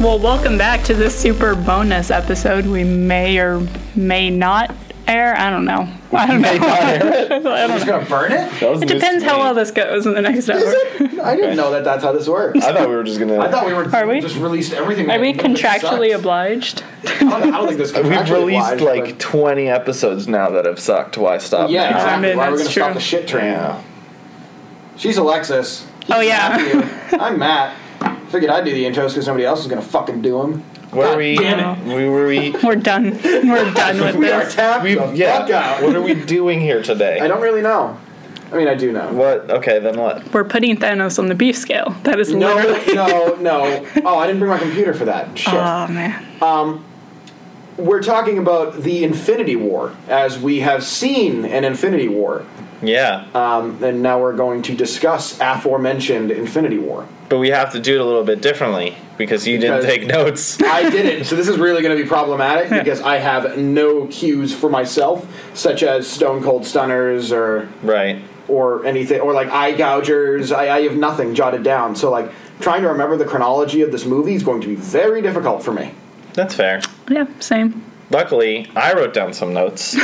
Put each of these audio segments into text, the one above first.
Well, welcome back to this super bonus episode. We may or may not air. I don't know. I don't know. I'm just gonna burn it. That was It news depends to how me. well this goes in the next hour. Is it? I didn't know that. That's how this works. I thought we were just gonna. I thought we were Are we- just released everything. Are we This sucks. contractually obliged? I don't, I don't think this. We've contractually released obliged, like but- 20 episodes now that have sucked. Why stop? yeah, now? exactly. mean, Why we're that's gonna stop true. the shit train? Yeah. She's Alexis. Oh yeah. I'm Matt. Figured I'd do the intros because somebody else is gonna fucking do them. Where God are we? damn We were we. We're done. We're done with We are this. tapped We the fuck yeah. out. What are we doing here today? I don't really know. I mean, I do know. What? Okay, then what? We're putting Thanos on the beef scale. That is No, literally. no, no. Oh, I didn't bring my computer for that. Shit. Oh man. We're talking about the Infinity War, as we have seen an Infinity War, Yeah. um, and now we're going to discuss aforementioned Infinity War. but we have to do it a little bit differently because you didn't Because- take notes. I didn't, so this is really going to be problematic because I have no cues for myself, such as Stone Cold Stunners or Right. or anything, or like eye gougers. I, I have nothing jotted down, so like trying to remember the chronology of this movie is going to be very difficult for me. That's fair. Yeah. Same. Luckily, I wrote down some notes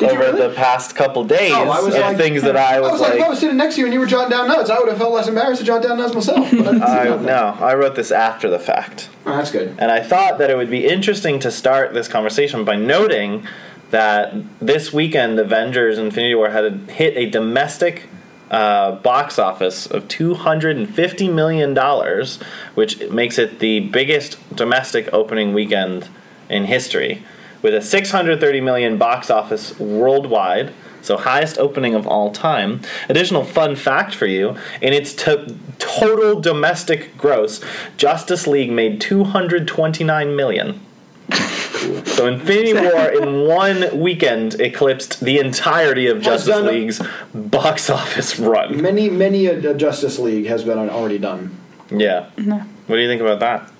over the past couple days Oh, I was of like- things that I I was, was like, if I was sitting next to you and you were jotting down notes, I would have felt less embarrassed to jot down notes myself. But I didn't see I, nothing. no, I wrote this after the fact. Oh, that's good. And I thought that it would be interesting to start this conversation by noting that this weekend, Avengers Infinity War had a, hit a domestic uh, box office of $250 million, which makes it the biggest domestic opening weekend in history, with a 630 million box office worldwide. So highest opening of all time. Additional fun fact for you: in its to- total domestic gross, Justice League made 229 million. so Infinity War in one weekend eclipsed the entirety of Has Justice done- League's box office run. Many, many a, a Justice League has been already done. Yeah. What do you think about that?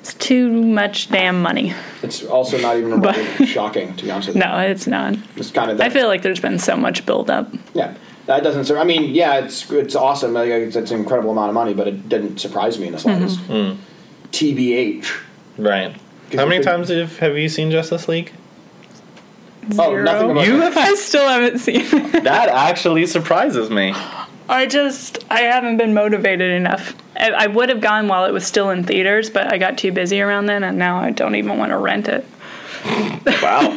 It's too much damn money. It's also not even But- remotely shocking, to be honest with you. No, it's not. It's kind of I that. feel like there's been so much buildup. yeah, that doesn't. Sur- I mean, yeah, it's it's awesome. Like, it's, it's an incredible amount of money, but it didn't surprise me in the Mm-hmm. slightest. TBH. Right. Give How me many the- times have have you seen Justice League? Oh, nothing about You that. have I still haven't seen it. That actually surprises me. I just I haven't been motivated enough. I, I would have gone while it was still in theaters, but I got too busy around then, and now I don't even want to rent it. Wow.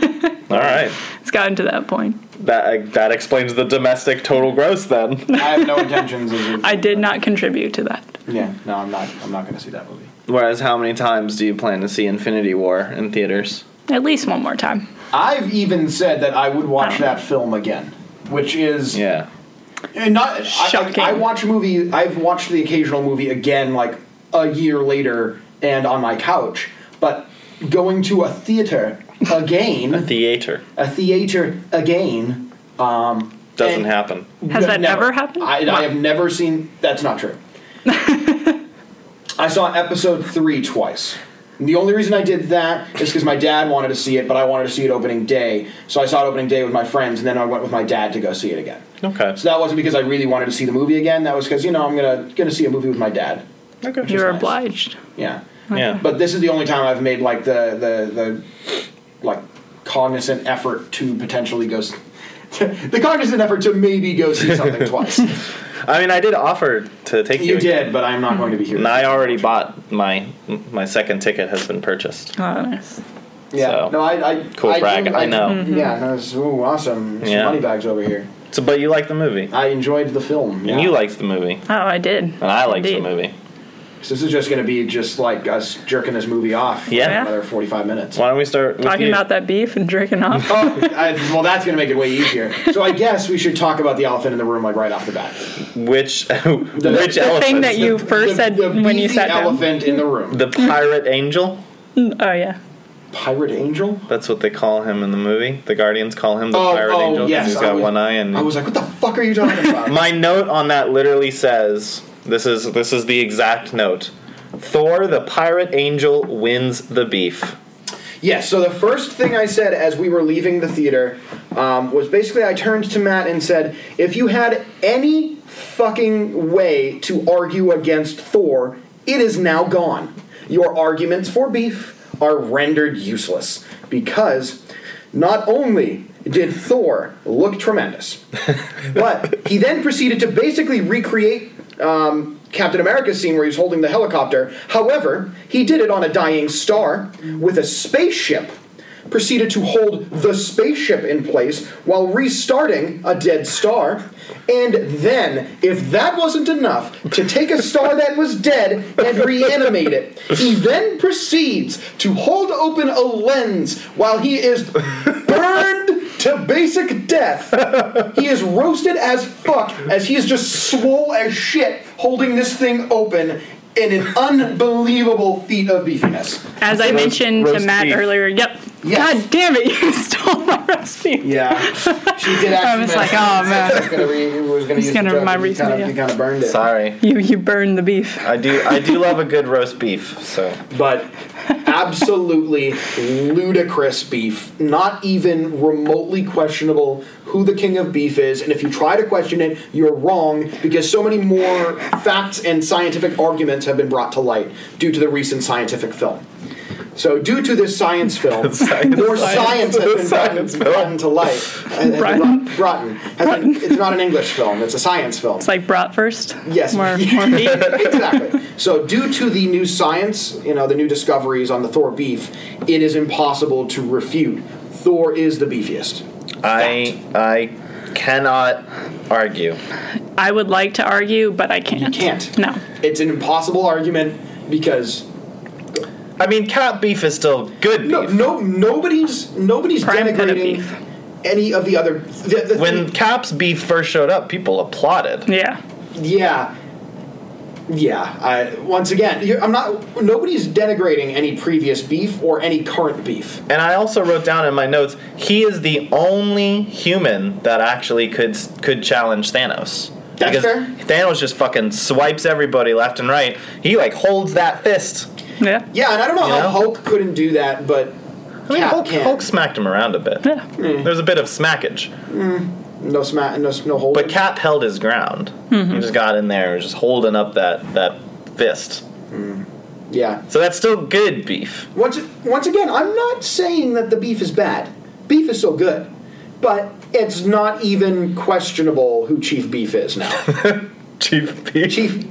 All right. It's gotten to that point. That uh, that explains the domestic total gross then. I have no intentions of. I did not contribute to that. Yeah, no, I'm not. I'm not going to see that movie. Whereas how many times do you plan to see Infinity War in theaters? At least one more time. I've even said that I would watch Oh. that film again, which is Yeah. And not Shocking. I, like, I watch a movie. I've watched the occasional movie again, like a year later, and on my couch. But going to a theater again, Theater a theater again. doesn't And- Eh. happen. Has that ever happened? I, I have never seen. That's not true. I saw episode three twice. And the only reason I did that is because my dad wanted to see it, but I wanted to see it opening day. So I saw it opening day with my friends, and then I went with my dad to go see it again. Okay. So that wasn't because I really wanted to see the movie again. That was because you know I'm gonna gonna see a movie with my dad. Okay. You were nice. obliged. Yeah, Yeah. but this is the only time I've made like the the the like cognizant effort to potentially go. s the cognizant effort to maybe go see something twice. I mean, I did offer to take you. You did, but I'm not going to be here. And I already bought my my second ticket has been purchased. Oh, nice. Yeah, so. no, I. I Cool I Mm-hmm. brag, I know. Yeah, that was ooh, awesome. Some Yeah. money bags over here. So, but you liked the movie, I enjoyed the film. and you liked the movie, Oh, I did. and I liked Indeed. the movie. So this is just going to be just like us jerking this movie off. Yeah. For another 45 minutes. Why don't we start with Talking you? about that beef and drinking off. Oh, I, well, that's going to make it way easier. So I guess we should talk about the elephant in the room, like right off the bat. which which the the elephant? thing that you The- first said the when you beefy sat down. elephant in the room, the pirate angel. Oh yeah. pirate angel. That's what they call him in the movie. The Guardians call him the oh, Pirate oh, Angel because yes, he's I got was- one eye. And I was like, what the fuck are you talking about? my note on that literally says, "This is this is the exact note." Thor, the Pirate Angel, wins the beef. Yes. So the first thing I said as we were leaving the theater um, was basically I turned to Matt and said, "If you had any fucking way to argue against Thor, it is now gone. your arguments for beef are rendered useless because not only did Thor look tremendous, but he then proceeded to basically recreate um, Captain America's scene where he's holding the helicopter. However, he did it on a dying star with a spaceship. Proceeded to hold the spaceship in place while restarting a dead star, and then, if that wasn't enough, to take a star that was dead and reanimate it. He then proceeds to hold open a lens while he is burned to basic death. He is roasted as fuck as he is just swole as shit holding this thing open in an unbelievable feat of beefiness. As I mentioned to roast Matt beef. earlier, yep. Yes. God damn it, you stole my recipe. Yeah, she did actually. I was like, oh man, was gonna, re- was gonna use gonna the joke, remind but you me, kind of, yeah. you kind of burned it. Sorry, you you burned the beef. I do. I do love a good roast beef. So but absolutely ludicrous beef. Not even remotely questionable who the king of beef is, and if you try to question it, you're wrong because so many more facts and scientific arguments have been brought to light due to the recent scientific film. So, due to this science film, more science, has been Science brought, brought to light. and- and Brought- brought- brought in. Has been- it's not an English film; it's a science film. It's like brat first. Yes. More more meat. exactly. So, due to the new science, you know, the new discoveries on the Thor beef, it is impossible to refute. Thor is the beefiest. I I cannot argue. I would like to argue, but I can't. You can't. No. It's an impossible argument because I mean, cat beef is still good beef. no, no nobody's nobody's Prime cut of denigrating beef. any of the other. The, the When Cap's beef first showed up, people applauded. Yeah. Yeah. Yeah. I, once again, you- I'm not. Nobody's denigrating any previous beef or any current beef. And I also wrote down in my notes, he is the only human that actually could could challenge Thanos. That's because fair. Thanos just fucking swipes everybody left and right. He like holds that fist. Yeah. Yeah, and I don't know Yeah. how Hulk couldn't do that, but I mean, Cap Hulk, can. Hmm. Hulk smacked him around a bit. Yeah. There's a bit of smackage, No sma- no, no hold. but Cap held his ground. He just got in there, and was just holding up that that fist. yeah. So that's still good beef. Once once again, I'm not saying that the beef is bad. Beef is so good, but it's not even questionable who Chief Beef is now. Chief beef. Chief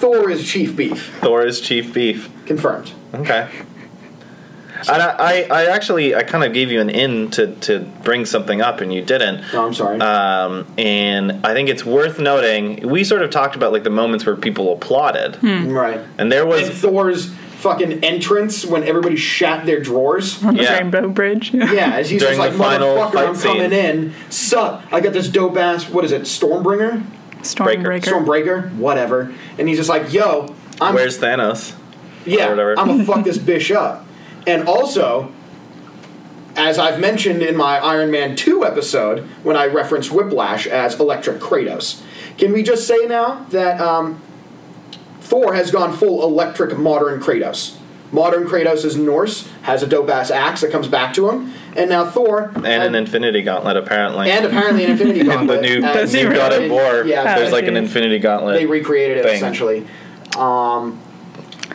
Thor is Chief Beef, Thor is chief beef. confirmed. Okay. And I, I, I actually I kind of gave you an in to, to bring something up and you didn't. No, I'm sorry. Um, and I think it's worth noting we sort of talked about like the moments where people applauded, right. and there And was Thor's fucking entrance when everybody shat their drawers. Yeah. Rainbow Bridge. Yeah. Yeah, as he's During just like, the final motherfucker, fight I'm coming scene. in. Sup? I got this dope ass. What is it? Stormbringer, Stormbreaker. Stormbreaker, whatever. And he's just like, yo, I'm where's Thanos? Yeah, or whatever. I'm gonna fuck this bitch up. And also, as I've mentioned in my Iron Man 2 episode, when I referenced Whiplash as Electric Kratos, can we just say now that um, Thor has gone full electric modern Kratos? Modern Kratos is Norse, has a dope ass axe that comes back to him, and now Thor. And an Infinity Gauntlet apparently. and apparently an Infinity in the Gauntlet. new, as- new God of War, Yeah, there's like an okay. Infinity Gauntlet. they recreated it thing. essentially. Um,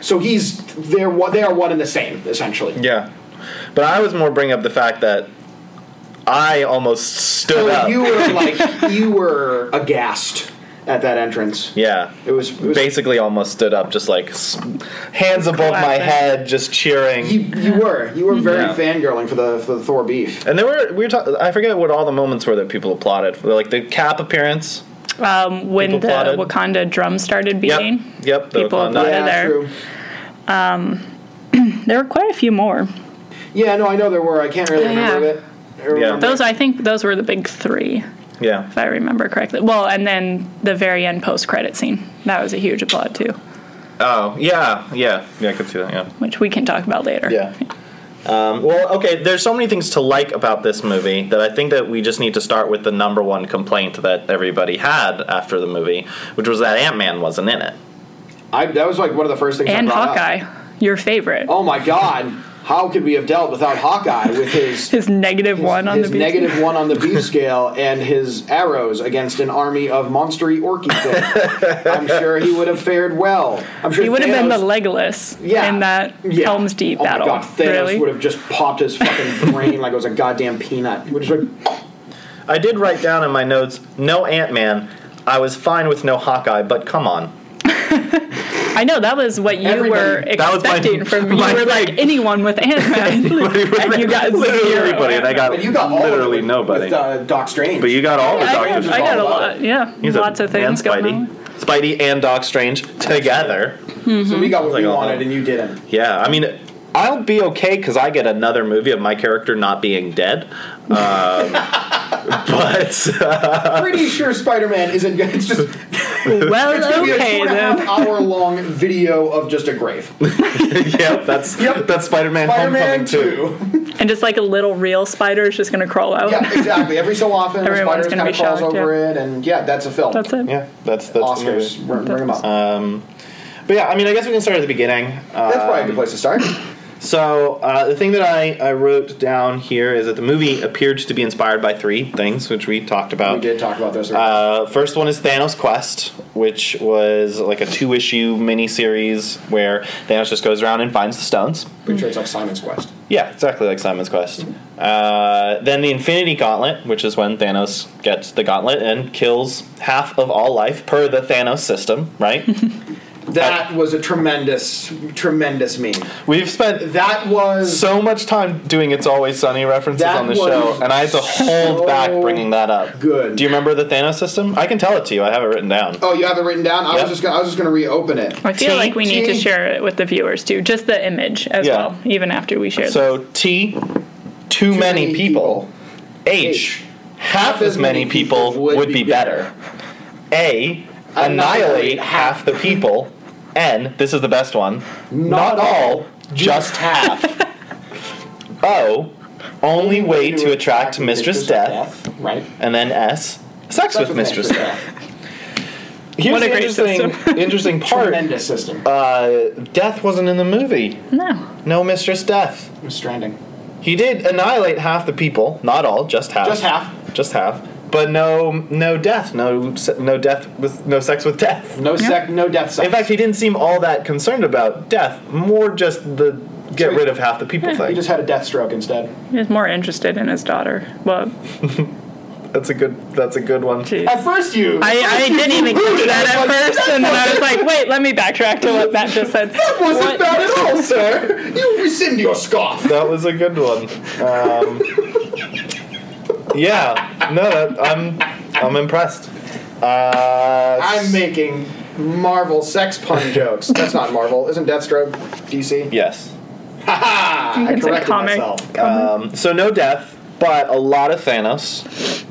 so he's they're one- they are one and the same essentially. Yeah, but I was more bringing up the fact that I almost stood So up. you were like you were aghast at that entrance. yeah, It was, it was basically almost stood up, just like s- hands above my Clapping. head, just cheering. you, you were you were very Yeah. fangirling for the for the Thor beef. and there were we were talking. I forget what all the moments were that people applauded. Like the cap appearance. Um, when People the applauded. Wakanda drum started Yep. beating, Yep. The People Wakanda. applauded. yeah, there. true. there were quite a few more. Yeah, no, I know there were. I can't really Yeah. remember it. I remember Those, I think, those were the big three, Yeah. if I remember correctly. Well, and then the very end post-credit scene. That was a huge applaud too, Oh yeah. Yeah. Yeah. I could see that. Yeah. which we can talk about later. Yeah. Um, well, okay. There's so many things to like about this movie that I think that we just need to start with the number one complaint that everybody had after the movie, which was that Ant Man wasn't in it. I, that was like one of the first things. I And brought up. Hawkeye, your favorite. Oh my god. how could we have dealt without Hawkeye with his His negative one on his the beach. negative one on the beef scale and his arrows against an army of monstery orky things. I'm sure he would have fared well. I'm sure He would have been the Thanos- Legolas yeah, in that yeah. Helm's Deep oh battle. My God, Thanos really? would have just popped his fucking brain like it was a goddamn peanut. He would just like, I did write down in my notes no Ant Man. I was fine with no Hawkeye, but come on. I know that was what you Everybody- were that was my- expecting from. You my were like thing. anyone with Ant Man, and you got literally zero. everybody, and I got, but you got all literally of it with, nobody. With, uh, Doc Strange. but you got all the I got, doctors. Strange. I got a All lot. about Yeah, He's a- lots of and things going on. Spidey. Spidey and Doc Strange together. Mm-hmm. so we got what Like we all- wanted and you didn't. Yeah, I mean, I'll be okay because I get another movie of my character not being dead. Um, but uh, Pretty sure Spider-Man isn't good. It's just it's Well, gonna be a okay two and a then. half hour long video of just a grave. yep, that's Yep. that's Spider-Man, Spider-Man Homecoming too. two. And just like a little real spider is just going to crawl out. yeah, exactly. Every so often, a Everyone's spider gonna kind of be crawls shocked, over it, and yeah, that's a film. That's it. Yeah, that's that's the movie. Oscars, bring, bring 'em up. Um, but yeah, I mean, I guess we can start at the beginning. that's Um, probably a good place to start. So uh, the thing that I, I wrote down here is that the movie appeared to be inspired by three things, which we talked about. We did talk about those. Uh, first one is Thanos Quest, which was like a two issue miniseries where Thanos just goes around and finds the stones. Pretty sure it's like Simon's Quest. Yeah, exactly like Simon's Quest. Uh, then the Infinity Gauntlet, which is when Thanos gets the gauntlet and kills half of all life per the Thanos system, right? That was a tremendous, tremendous meme. We've spent That was so much time doing It's Always Sunny references That on the was show, and I had to hold so back bringing that up. good. Do you remember the Thanos system? I can tell it to you. I have it written down. Oh, you have it written down. I Yep. was just gonna, I was just gonna reopen it. I feel T- like we need to T- share it with the viewers too, just the image as Yeah. well, even after we share. So T, too, many, people. H, H, half as many people would be better. A, annihilate Annihilate half the people. N, this is the best one. Not Not all, just half. O, only way to attract Mistress Death. Right. and then S, sex with Mistress. Here's What a the great interesting, interesting part. Tremendous system. Uh, death wasn't in the movie. no, No Mistress Death. It was Stranding. He did annihilate half the people, not all, just half. Just half. Just half. But no, no death, no, se- no death with no sex with death. No sec. No death. Sex. In fact, he didn't seem all that concerned about death. More just the get rid of half the people he thing. just had a death stroke instead. he's more interested in his daughter. Well, that's a good. That's a good one. geez. At first, you. I, I didn't even Rude. get that I at was like, first, and then I was like, wait, let me backtrack to what Matt just said. That wasn't What- bad at all, sir. You rescind your scoff. That was a good one. Um, yeah, no, that, I'm I'm impressed. Uh, I'm making Marvel sex pun jokes. That's not Marvel. Isn't Deathstroke DC? yes. Ha! I It's a corrected comic. myself. Um, so no death, but a lot of Thanos.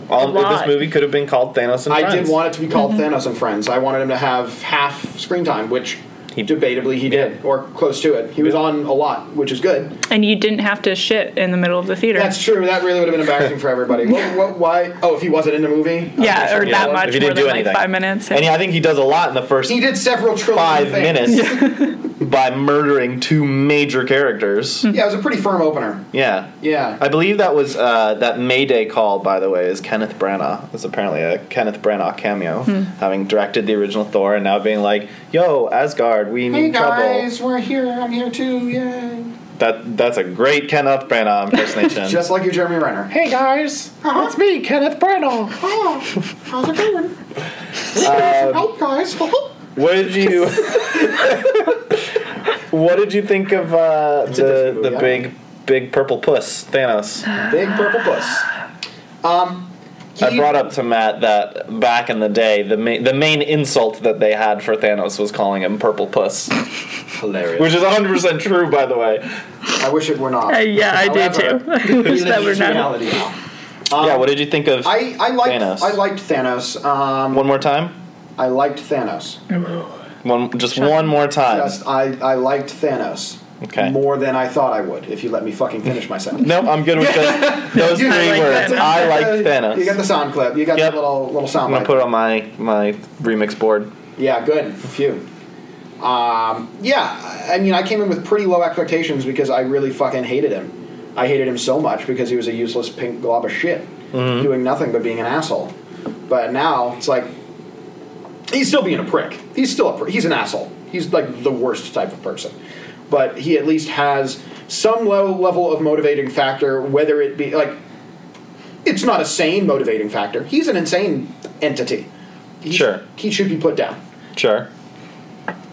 All, lot. This movie could have been called Thanos and I did Friends. want it to be called Mm-hmm. Thanos and Friends. I wanted him to have half screen time, which He- debatably he did, or close to it. He was on a lot, which is good. And you didn't have to shit in the middle of the theater. That's true. That really would have been embarrassing for everybody. What, what, why? Oh, if he wasn't in the movie? yeah, or Yeah, that much if he more than didn't do like anything. five minutes. And yeah, I think he does a lot in the first He did several trillion five things. minutes by murdering two major characters. Hmm. Yeah, it was a pretty firm opener. Yeah. Yeah. I believe that was uh, that Mayday call, by the way, is Kenneth Branagh. It's apparently a Kenneth Branagh cameo, Hmm. having directed the original Thor and now being like, "Yo, Asgard, we need Hey trouble." guys, we're here. I'm here too. Yay! That that's a great Kenneth Branagh impersonation. Just like your Jeremy Renner. hey guys, Uh-huh. it's me, Kenneth Branagh. Oh, how's it going? Some help, guys. What did you? what did you think of uh, a the different movie, the I big big purple puss Thanos? Big purple puss. Um, I he- brought up to Matt that back in the day, the main the main insult that they had for Thanos was calling him Purple Puss, hilarious. which is 100 percent true, by the way. I wish it were not. Uh, yeah, I do However, too. we Wish live that in were this not- reality now. Um, yeah, what did you think of? I I liked Thanos. I liked Thanos. Um, one more time, I liked Thanos. one just one more time. Just I I liked Thanos. Okay. More than I thought I would. If you let me fucking finish my sentence. no, I'm good with just those three You like words. Thanos. I like You got Thanos. the sound clip. You got Yep. the little little sound. I'm gonna bite. put it on my my remix board. Yeah, good. Phew. Um, yeah, I mean, I came in with pretty low expectations because I really fucking hated him. I hated him so much because he was a useless pink glob of shit, doing nothing but being an asshole. But now it's like he's still being a prick. He's still a pr- he's an asshole. He's like the worst type of person. But he at least has some low level of motivating factor, whether it be like it's not a sane motivating factor. He's an insane entity. He- Sure. he should be put down. Sure.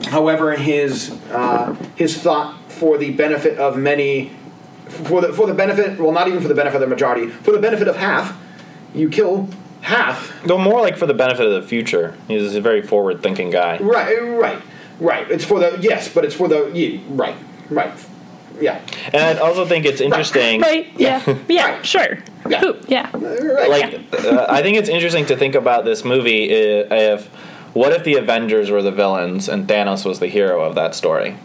However, his uh, his thought for the benefit of many, for the for the benefit, well, not even for the benefit of the majority, for the benefit of half, you kill half. Though more like for the benefit of the future. He's a very forward thinking guy. Right, right, right. It's for the yes, but it's for the yeah, right, right, yeah, And I also think it's interesting. Right? Yeah. Yeah, sure. Yeah. Who? Yeah. right. like uh, I think it's interesting to think about this movie i- if what if the Avengers were the villains and Thanos was the hero of that story?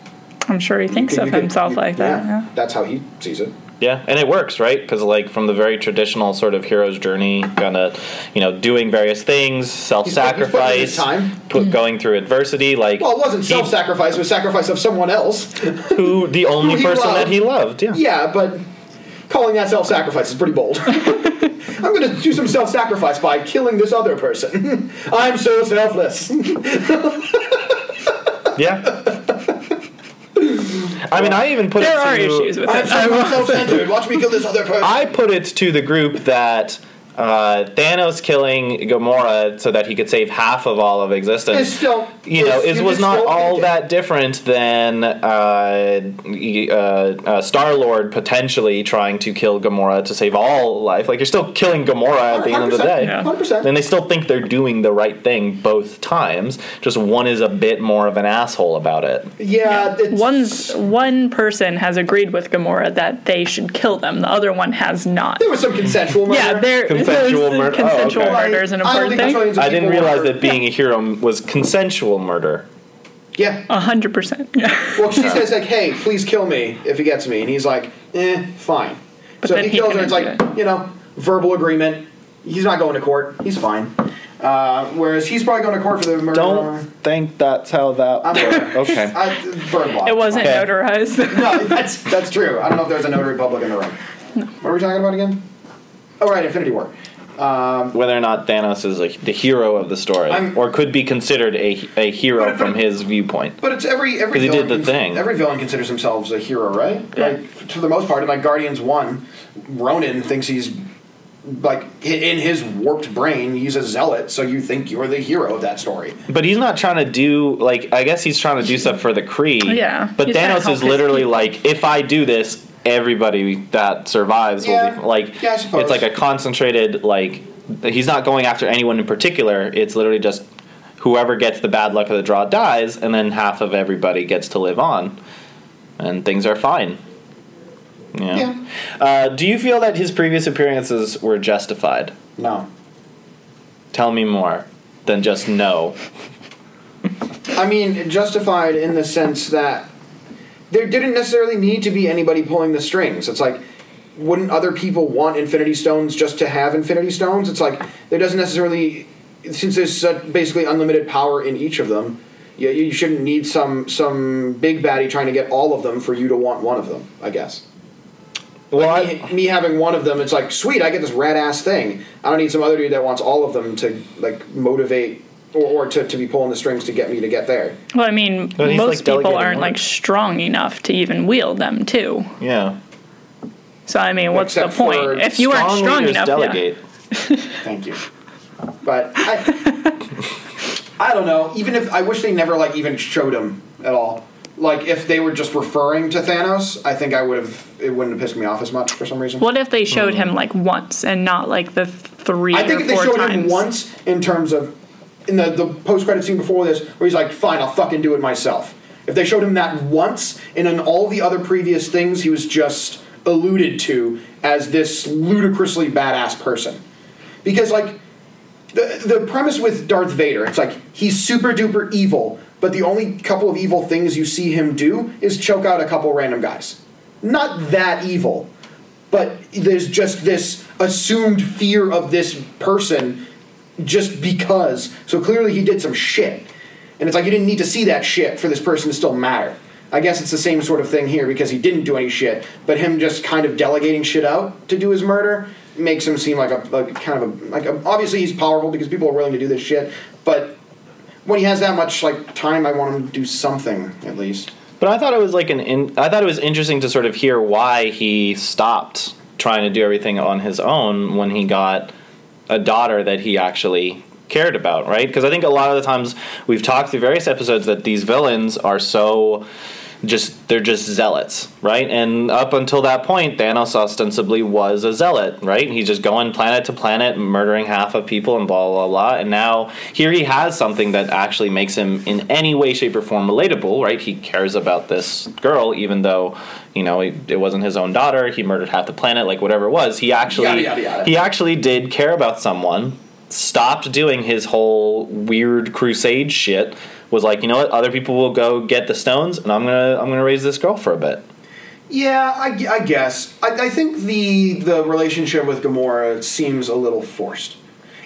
I'm sure he thinks You of could- himself you- like that. yeah, Yeah. that's how he sees it. Yeah, and it works, right? Because like from the very traditional sort of hero's journey, kind of you know doing various things, putting in self-sacrifice, his time. put- going through adversity, like Well, it wasn't he- self-sacrifice; it was sacrifice of someone else. who the only who he person that loved. he loved. Yeah, Yeah, but calling that self-sacrifice is pretty bold. I'm going to do some self-sacrifice by killing this other person. I'm so selfless. yeah. I mean, I even put There it to are issues with I'm it. Uh, I so will- self-centered. Watch me kill this other person. I put it to the group that uh, Thanos killing Gamora so that he could save half of all of existence. It's still- you know, it's- it was it's not still- all that different than uh, y- uh, uh, Star Lord potentially trying to kill Gamora to save all life. Like you're still killing Gamora at the end of the 100%, day. yeah. 100%. And they still think they're doing the right thing both times. Just one is a bit more of an asshole about it. yeah, it's, One's one person has agreed with Gamora that they should kill them. The other one has not. there was some consensual murder. Yeah, there Consensual those murder- oh, Consensual okay. murder is an I don't important think thing. millions of I didn't people realize were- that being a hero m- was consensual murder. Yeah. A hundred percent. Yeah. Well, she says like, "Hey, please kill me if he gets me," and he's like, "Eh, fine." But so then he he kills her. It's like couldn't do you know, verbal agreement. He's not going to court. He's fine. Uh, whereas he's probably going to court for the murder. don't think that's how that. I'm aware. okay. I, bird law. It wasn't Okay. notarized. No, that's that's true. I don't know if there's a notary public in the room. What are we talking about again? Oh, right, Infinity War. Whether or not Thanos is a, the hero of the story, I'm- or could be considered a, a hero But- but- from his viewpoint. But it's every every 'Cause he villain did the cons- thing. Every villain considers themselves a hero, right? Yeah. Like for the most part, in like Guardians One, Ronan thinks he's like i- in his warped brain, he's a zealot, so you think you're the hero of that story. But he's not trying to do like I guess he's trying to do stuff for the Kree. Yeah. But He's trying to Thanos help is his literally people. like, if I do this, everybody that survives Yeah. will be like. Yeah, I suppose. it's like a concentrated like. He's not going after anyone in particular. It's literally just whoever gets the bad luck of the draw dies, and then half of everybody gets to live on, and things are fine. Yeah. Yeah. Uh, do you feel that his previous appearances were justified? No, Tell me more than just no. I mean justified in the sense that there didn't necessarily need to be anybody pulling the strings. It's like. Wouldn't other people want Infinity Stones just to have Infinity Stones? It's like there doesn't necessarily, since there's such basically unlimited power in each of them, you, you shouldn't need some some big baddie trying to get all of them for you to want one of them. I guess. Well, I- me, me having one of them, it's like sweet. I get this rad ass thing. I don't need some other dude that wants all of them to like motivate or, or to, to be pulling the strings to get me to get there. well, I mean, But he's, like, most people delegating aren't like work. strong enough to even wield them too. yeah. So I mean, what's Except the for point? If you aren't strong leaders enough, delegate. Thank you. But I, I don't know. Even if I wish they never like even showed him at all. Like if they were just referring to Thanos, I think I would have. It wouldn't have pissed me off as much for some reason. What if they showed Hmm. him like once and not like the three I or think if they four showed times? him once in terms of in the, the post credit scene before this, where he's like, "Fine, I'll fucking do it myself." If they showed him that once, and in all the other previous things, he was just alluded to as this ludicrously badass person, because like the the premise with Darth Vader, it's like he's super duper evil, but the only couple of evil things you see him do is choke out a couple random guys. Not that evil, but there's just this assumed fear of this person just because. So clearly he did some shit. And it's like you didn't need to see that shit for this person to still matter. I guess it's the same sort of thing here because he didn't do any shit, but him just kind of delegating shit out to do his murder makes him seem like a, a kind of a like a, obviously he's powerful because people are willing to do this shit, but when he has that much like time, I want him to do something at least. But I thought it was like an. In, I thought it was interesting to sort of hear why he stopped trying to do everything on his own when he got a daughter that he actually cared about, right? Because I think a lot of the times we've talked through various episodes that these villains are so just they're just zealots, right? And up until that point, Thanos ostensibly was a zealot, right? He's just going planet to planet, murdering half of people and blah blah blah. And now here he has something that actually makes him in any way, shape, or form relatable, right? He cares about this girl, even though you know it, it wasn't his own daughter. He murdered half the planet, like whatever it was. He actually Yada, yada, yada. he actually did care about someone. Stopped doing his whole weird crusade shit. Was like, you know what? Other people will go get the stones, and I'm gonna I'm gonna raise this girl for a bit. Yeah, I, gu- I guess. I, I think the the relationship with Gamora seems a little forced,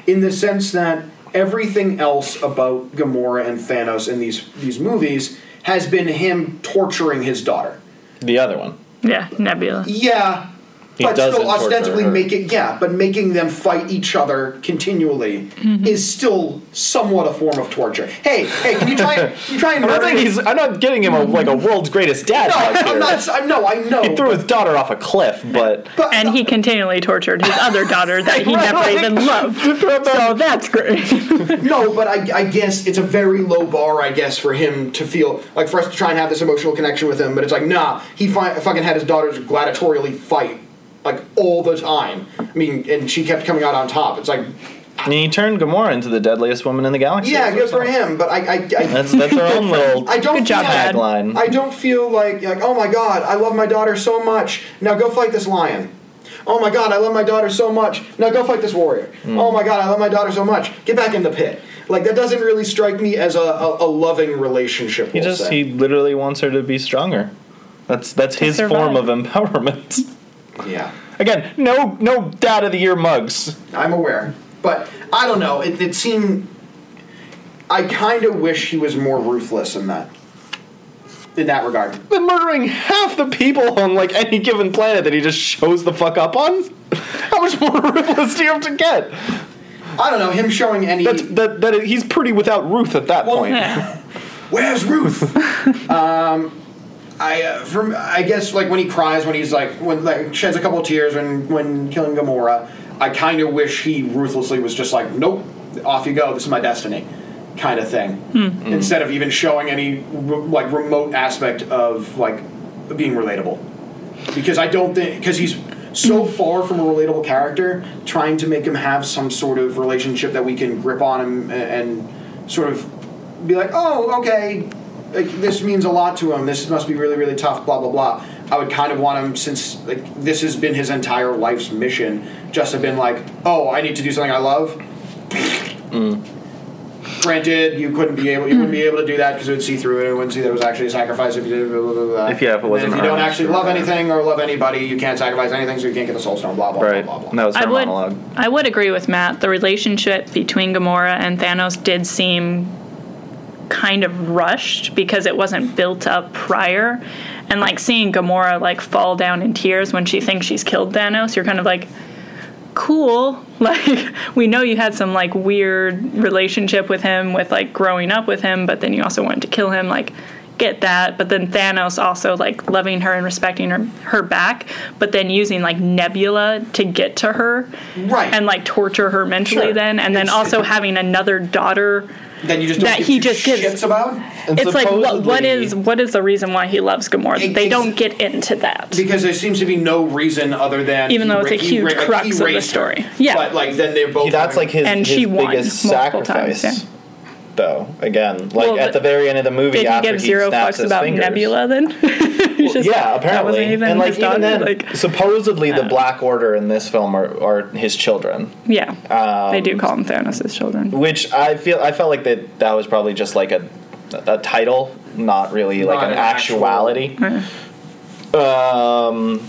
in the sense that everything else about Gamora and Thanos in these these movies has been him torturing his daughter. The other one. Yeah, Nebula. Yeah, He but doesn't still torture ostensibly her. making yeah, but making them fight each other continually is still somewhat a form of torture. Hey, hey, can you try? can you try and I'm not murder? saying he's. I'm not getting him a, like a world's greatest dad. no, type I'm here. not. I know. I know. He threw his daughter off a cliff, but but, And he continually tortured his other daughter that he never Right. even loved. So that's great. No, but I, I guess it's a very low bar, I guess, for him to feel like for us to try and have this emotional connection with him. But it's like, nah, he fi- fucking had his daughters gladiatorially fight like all the time. I mean, and she kept coming out on top. It's like, and he turned Gamora into the deadliest woman in the galaxy. yeah, good for him. But I, I, I, That's that's our own little I don't. Good job, feel, Dad. tagline. I don't feel like like oh my god, I love my daughter so much. Now go fight this lion. Oh my god, I love my daughter so much. Now go fight this warrior. Oh my god, I love my daughter so much. Get back in the pit. Like that doesn't really strike me as a, a, a loving relationship. He we'll just say. he literally wants her to be stronger. That's that's his survive. form of empowerment. yeah, Again, no no dad of the year mugs. I'm aware, but I don't know. It, it seemed. I kind of wish he was more ruthless in that. In that regard. Been murdering half the people on like any given planet that he just shows the fuck up on. How much more ruthless do you have to get? I don't know him showing any. That's that that he's pretty without Ruth at that Well, point. yeah. Where's Ruth? um, I uh, from I guess like when he cries, when he's like when like sheds a couple of tears when when killing Gamora, I kind of wish he ruthlessly was just like, nope, off you go. This is my destiny, kind of thing. Instead of even showing any re- like remote aspect of like being relatable, because I don't think because he's. Mm. So far from a relatable character, trying to make him have some sort of relationship that we can grip on him a- and sort of be like, oh, okay, like this means a lot to him. This must be really, really tough. Blah blah blah. I would kind of want him since like this has been his entire life's mission. Just have been like, oh, I need to do something I love. Mm. Granted, you couldn't be able you wouldn't be able to do that because it would see through it. It wouldn't see that it was actually a sacrifice if you did. Blah, blah, blah, blah. If, yeah, if it And then wasn't if you don't earned, actually sure. love anything or love anybody, you can't sacrifice anything, so you can't get the soul stone. Blah blah Right. blah blah. That was her I would, monologue. I would agree with Matt. The relationship between Gamora and Thanos did seem kind of rushed because it wasn't built up prior. And like seeing Gamora like fall down in tears when she thinks she's killed Thanos, you're kind of like, cool. Like we know you had some like weird relationship with him, with like growing up with him, but then you also wanted to kill him. Like get that. But then Thanos also like loving her and respecting her her back, but then using like Nebula to get to her Right. and like torture her mentally. Sure. Then and then It's- also having another daughter Then you just don't That give he two just gives- shits about. And it's like what, what supposedly- is what is the reason why he loves Gamora? It- they it's- don't get into that. because there seems to be no reason other than Even though it's a he huge ra- he crux of the raised her. story. Yeah. but like then they're both He- that's like his, And his she won biggest multiple sacrifice. times, yeah. Though again, like Well, at the but very end of the movie, Did he after give zero snaps fucks his about fingers- Nebula then? He's just like, yeah, That apparently, wasn't even and like his daughter. even then, like, supposedly the Black Order in this film are, are his children, yeah, um, they do call him Thanos' children. which I feel I felt like that that was probably just like a a title, not really like Not an an actual- actuality. Um,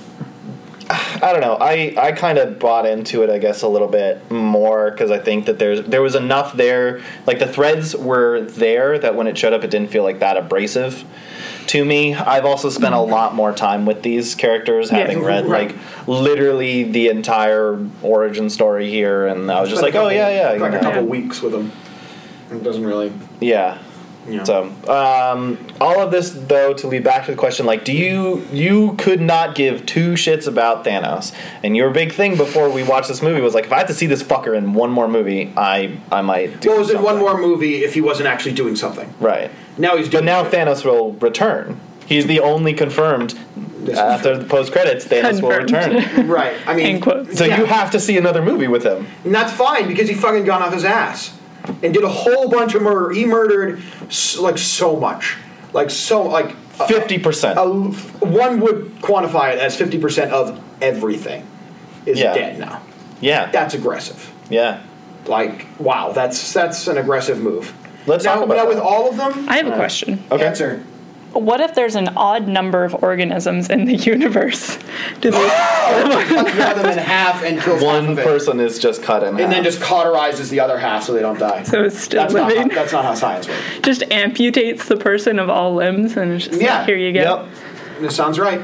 I don't know. I, I kind of bought into it, I guess, a little bit more because I think that there's there was enough there. Like the threads were there that when it showed up, it didn't feel like that abrasive to me. I've also spent a lot more time with these characters, Yeah, having read right. like literally the entire origin story here, and I was just like, oh yeah, yeah, you Like a know. couple weeks with them. It doesn't really. Yeah. Yeah. So, um, all of this though, to lead back to the question, like, do you you could not give two shits about Thanos? And your big thing before we watched this movie was like, if I had to see this fucker in one more movie, I I might. Do Well, it was in something. one more movie if he wasn't actually doing something. Right. Now he's But doing. now Thanos will return. He's the only confirmed. This is After the post credits, Thanos will Confirmed. return. right. I mean, In quotes. So yeah. you have to see another movie with him. And that's fine because he fucking got off his ass and did a whole bunch of murder. He murdered s- like so much, like so like a- Fifty percent. Uh, a- one would quantify it as fifty percent of everything is Yeah. dead now. Yeah. That's aggressive. Yeah. Like wow, that's that's an aggressive move. Let's now, talk about now with that. all of them. I have uh, a question. Okay. Answer. What if there's an odd number of organisms in the universe? Do they, Cuts one of them in half and kills half One of it. person is just cut in half. and then just cauterizes the other half so they don't die. so it's still that's not how, living. that's not how science works. just amputates the person of all limbs and it's just like, Yeah. here you go. Yep. That sounds right.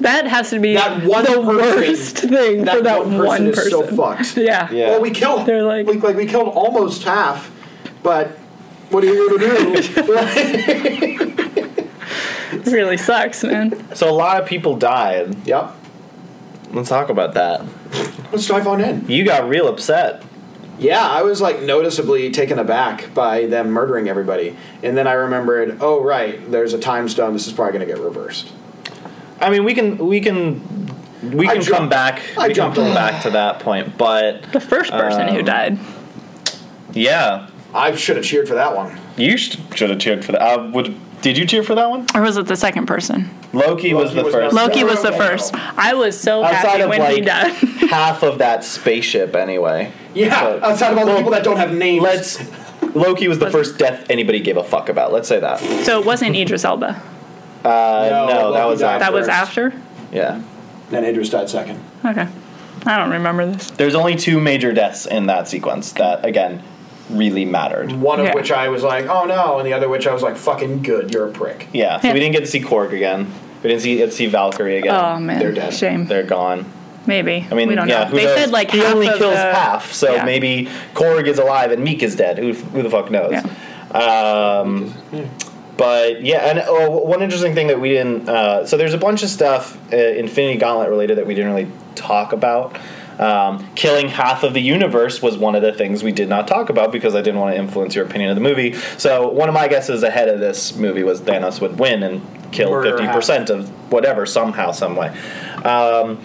That has to be That one the person- worst thing that for that one person one is so person. fucked. Yeah. Yeah. Well, we killed. They're like- we, like we killed almost half, but what are you going to do? It really sucks, man. So a lot of people died. yep. Let's talk about that. Let's dive on in. You got real upset. Yeah, I was like noticeably taken aback by them murdering everybody, and then I remembered, oh right, there's a time stone. This is probably going to get reversed. I mean, we can we can we I can jumped- come back. I we can jumped come on. back to that point, but The first person who Um, died. yeah, I should have cheered for that one. you sh- should have cheered for that. Uh, would did you cheer for that one? Or was it the second person? Loki, was Loki the was first. not- Loki was the no. first. I was so Outside happy of when he like died. half of that spaceship, anyway. Yeah, But outside of all the Well, people that don't have names. Let's. Loki was the first death anybody gave a fuck about. Let's say that. Uh, so it wasn't Idris Elba. no, that Loki was died That was first, after? yeah. Then Idris died second. Okay. I don't remember this. There's only two major deaths in that sequence that again really mattered. One of Yeah. which I was like, oh no, and the other which I was like, fucking good, you're a prick. Yeah, so Yeah. we didn't get to see Korg again. We didn't see, get to see Valkyrie again. Oh man, They're dead. shame. They're gone. Maybe. I mean, we don't yeah, know. who They knows? said like he half only of kills the- half, so yeah. maybe Korg is alive and Meek is dead. Who, who the fuck knows? Um, but yeah, and oh, one interesting thing that we didn't. Uh, so there's a bunch of stuff uh, Infinity Gauntlet related that we didn't really talk about. Um, killing half of the universe was one of the things we did not talk about because I didn't want to influence your opinion of the movie. So one of my guesses ahead of this movie was Thanos would win and kill Murder fifty half. percent of whatever somehow, some way. Um,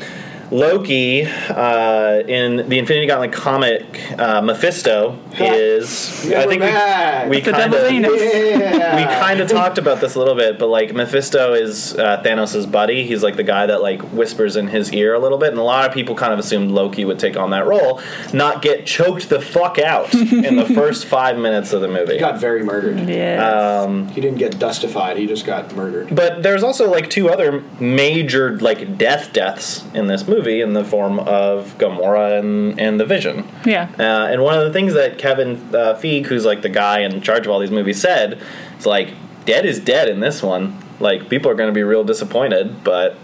Loki uh, in the Infinity Gauntlet comic, uh, Mephisto is. Yeah, I we're think back. we, we The kind devil's of anus. Yeah. we kind of talked about this a little bit, but like Mephisto is uh, Thanos' buddy. He's like the guy that like whispers in his ear a little bit, and a lot of people kind of assumed Loki would take on that role, not get choked the fuck out in the first five minutes of the movie. He got very murdered. Yes. He didn't get dustified, he just got murdered. But there's also like two other major like death deaths in this movie in the form of Gamora and, and the Vision. yeah. Uh, and one of the things that Kevin uh, Feige, who's like the guy in charge of all these movies, said is like, dead is dead in this one. Like, people are going to be real disappointed, but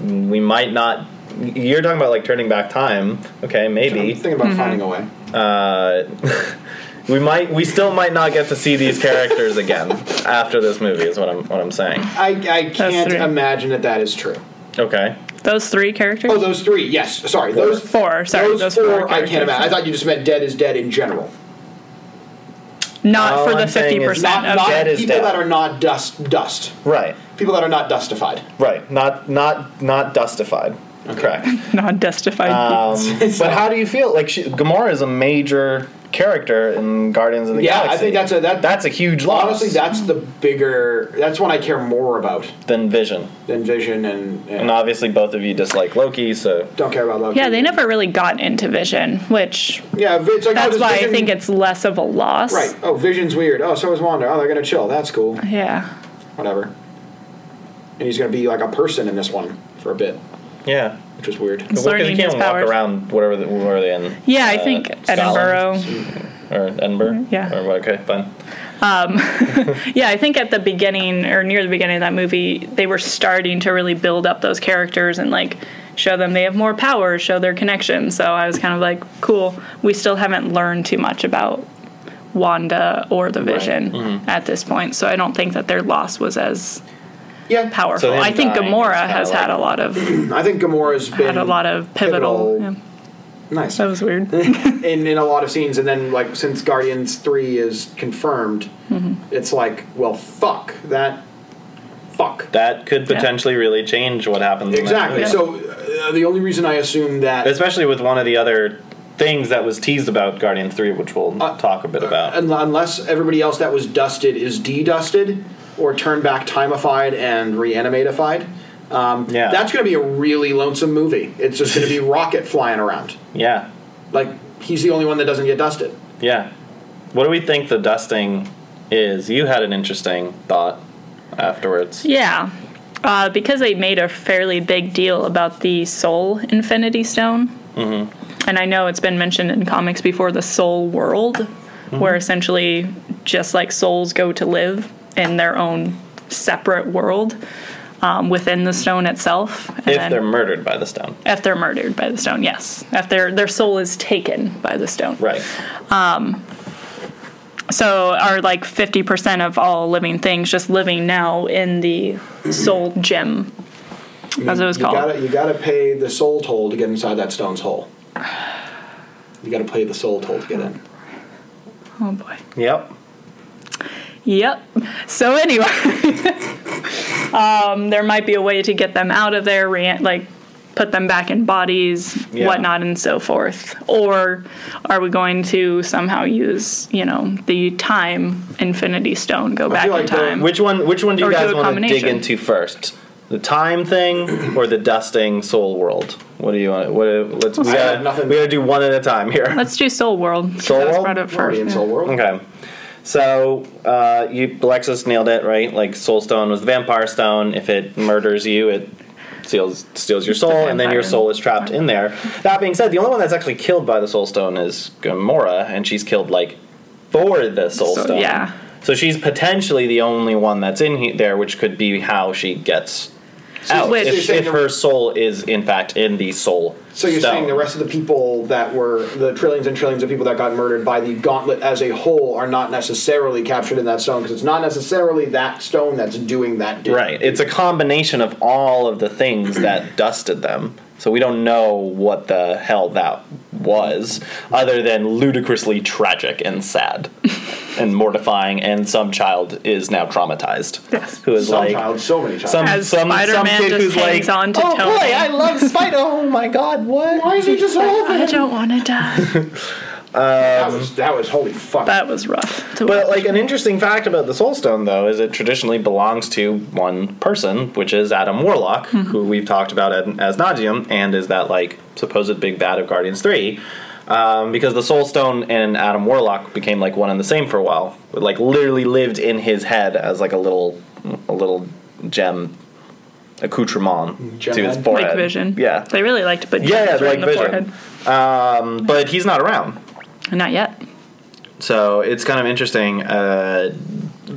we might not. You're talking about like turning back time. Okay, I'm maybe. thinking Mm-hmm. about finding a way. Uh, we might. We still might not get to see these characters again after this movie. Is what I'm. What I'm saying. I, I can't three. imagine that that is true. Okay. those three characters. Oh, those three, yes. Sorry, those Four, sorry, Those, those four, four I can't characters. imagine. I thought you just meant dead is dead in general. not all for the I'm saying fifty is percent Not, of not dead is people dead. that are not dust dust. Right. People that are not dustified. Right. Not. Not. Not dustified. Correct. non-justified. Um, but how do you feel? Like she, Gamora is a major character in Guardians of the Yeah, I Galaxy. think that's a- that- that's a huge loss. Honestly, that's the bigger. That's one I care more about than Vision, than Vision and. and and obviously both of you dislike Loki, so don't care about Loki. yeah, they never really got into Vision, which Yeah, it's like, oh, that's this why I Vision- think it's less of a loss. Right. Oh, Vision's weird. Oh, so is Wanda. Oh, they're gonna chill. That's cool. Yeah. Whatever. And he's gonna be like a person in this one. for a bit, Yeah. which was weird. Because learning they can't his walk powers. around whatever the, where they in Yeah, I Uh, think Scotland. Edinburgh. Mm-hmm. or Edinburgh. Yeah. Or what? Okay, fine. Yeah, I think at the beginning or near the beginning of that movie, they were starting to really build up those characters and like show them they have more power, show their connection. So I was kind of like, cool, we still haven't learned too much about Wanda or the Vision at this point. So I don't think that their loss was as Yeah, powerful. him I think dying is Gamora kinda has had like- a lot of I think Gamora's been had a lot of pivotal. pivotal. Yeah, nice that was weird. in in a lot of scenes, and then like since Guardians Three is confirmed, Mm-hmm. it's like well fuck that fuck That could potentially really change what happens. in that exactly. movie. So uh, the only reason I assume that especially with one of the other things that was teased about Guardians Three, which we'll Uh, talk a bit about. un- unless everybody else that was dusted is de-dusted or turned back timeified and reanimatified. Um, Yeah. That's going to be a really lonesome movie. It's just going to be Rocket flying around. yeah, Like, he's the only one that doesn't get dusted. yeah. What do we think the dusting is? You had an interesting thought afterwards. Yeah. Uh, because they made a fairly big deal about the Soul Infinity Stone. Mm-hmm. And I know it's been mentioned in comics before the Soul World, where essentially just like souls go to live in their own separate world um, within the stone itself. And If then- they're murdered by the stone, if they're murdered by the stone, yes. If their their soul is taken by the stone. right? so are like 50% of all living things just living now in the soul gem as it was you called Gotta, you got to pay the soul toll to get inside that stone's hole. You got to pay the soul toll to get in. oh boy Yep. yep so anyway um, there might be a way to get them out of there re- like put them back in bodies Yeah. whatnot and so forth or are we going to somehow use you know the time infinity stone go back feel in like the- time Which one? Which one do you Or do guys a want to dig combination. into first? The time thing or the dusting soul world? What do you want? What? Let's. We I have gotta, nothing. we gotta do one at a time here. let's do soul world Soul that was World? brought up We're already first in yeah. Soul World. Okay. So uh, you Alexis nailed it, right? Like Soul Stone was the vampire stone. If it murders you, it steals steals your soul, and then your vampire. soul is trapped in there. That being said, the only one that's actually killed by the Soul Stone is Gamora, and she's killed like for the Soul So- Stone. yeah. So she's potentially the only one that's in he- there, which could be how she gets out which- if, if her soul is in fact in the soul. So you're stone. saying the rest of the people that were the trillions and trillions of people that got murdered by the gauntlet as a whole are not necessarily captured in that stone because it's not necessarily that stone that's doing that. deed. Right. It's a combination of all of the things that dusted them. So we don't know what the hell that was, other than ludicrously tragic and sad and mortifying, and some child is now traumatized. Yes. Who is Some like child, so many child. some As some, some Spider-Man kid just who's hangs like, on to oh Tony." boy, I love Spider. Oh my God, what? Why is he just holding? I don't want to die. That um, was that was holy fuck. That was rough. To But watch. like an interesting fact about the Soul Stone, though, is it traditionally belongs to one person, which is Adam Warlock, who we've talked about ad- as Nagium, and is that like supposed big bad of Guardians Three, um, because the Soul Stone and Adam Warlock became like one and the same for a while. It, like literally lived in his head as like a little, a little gem accoutrement Gem to head? his Like forehead. like Vision. Yeah. they really like to put Yeah, yeah, yeah, right in like the Vision. forehead. Um, but he's not around. Not yet. So it's kind of interesting uh,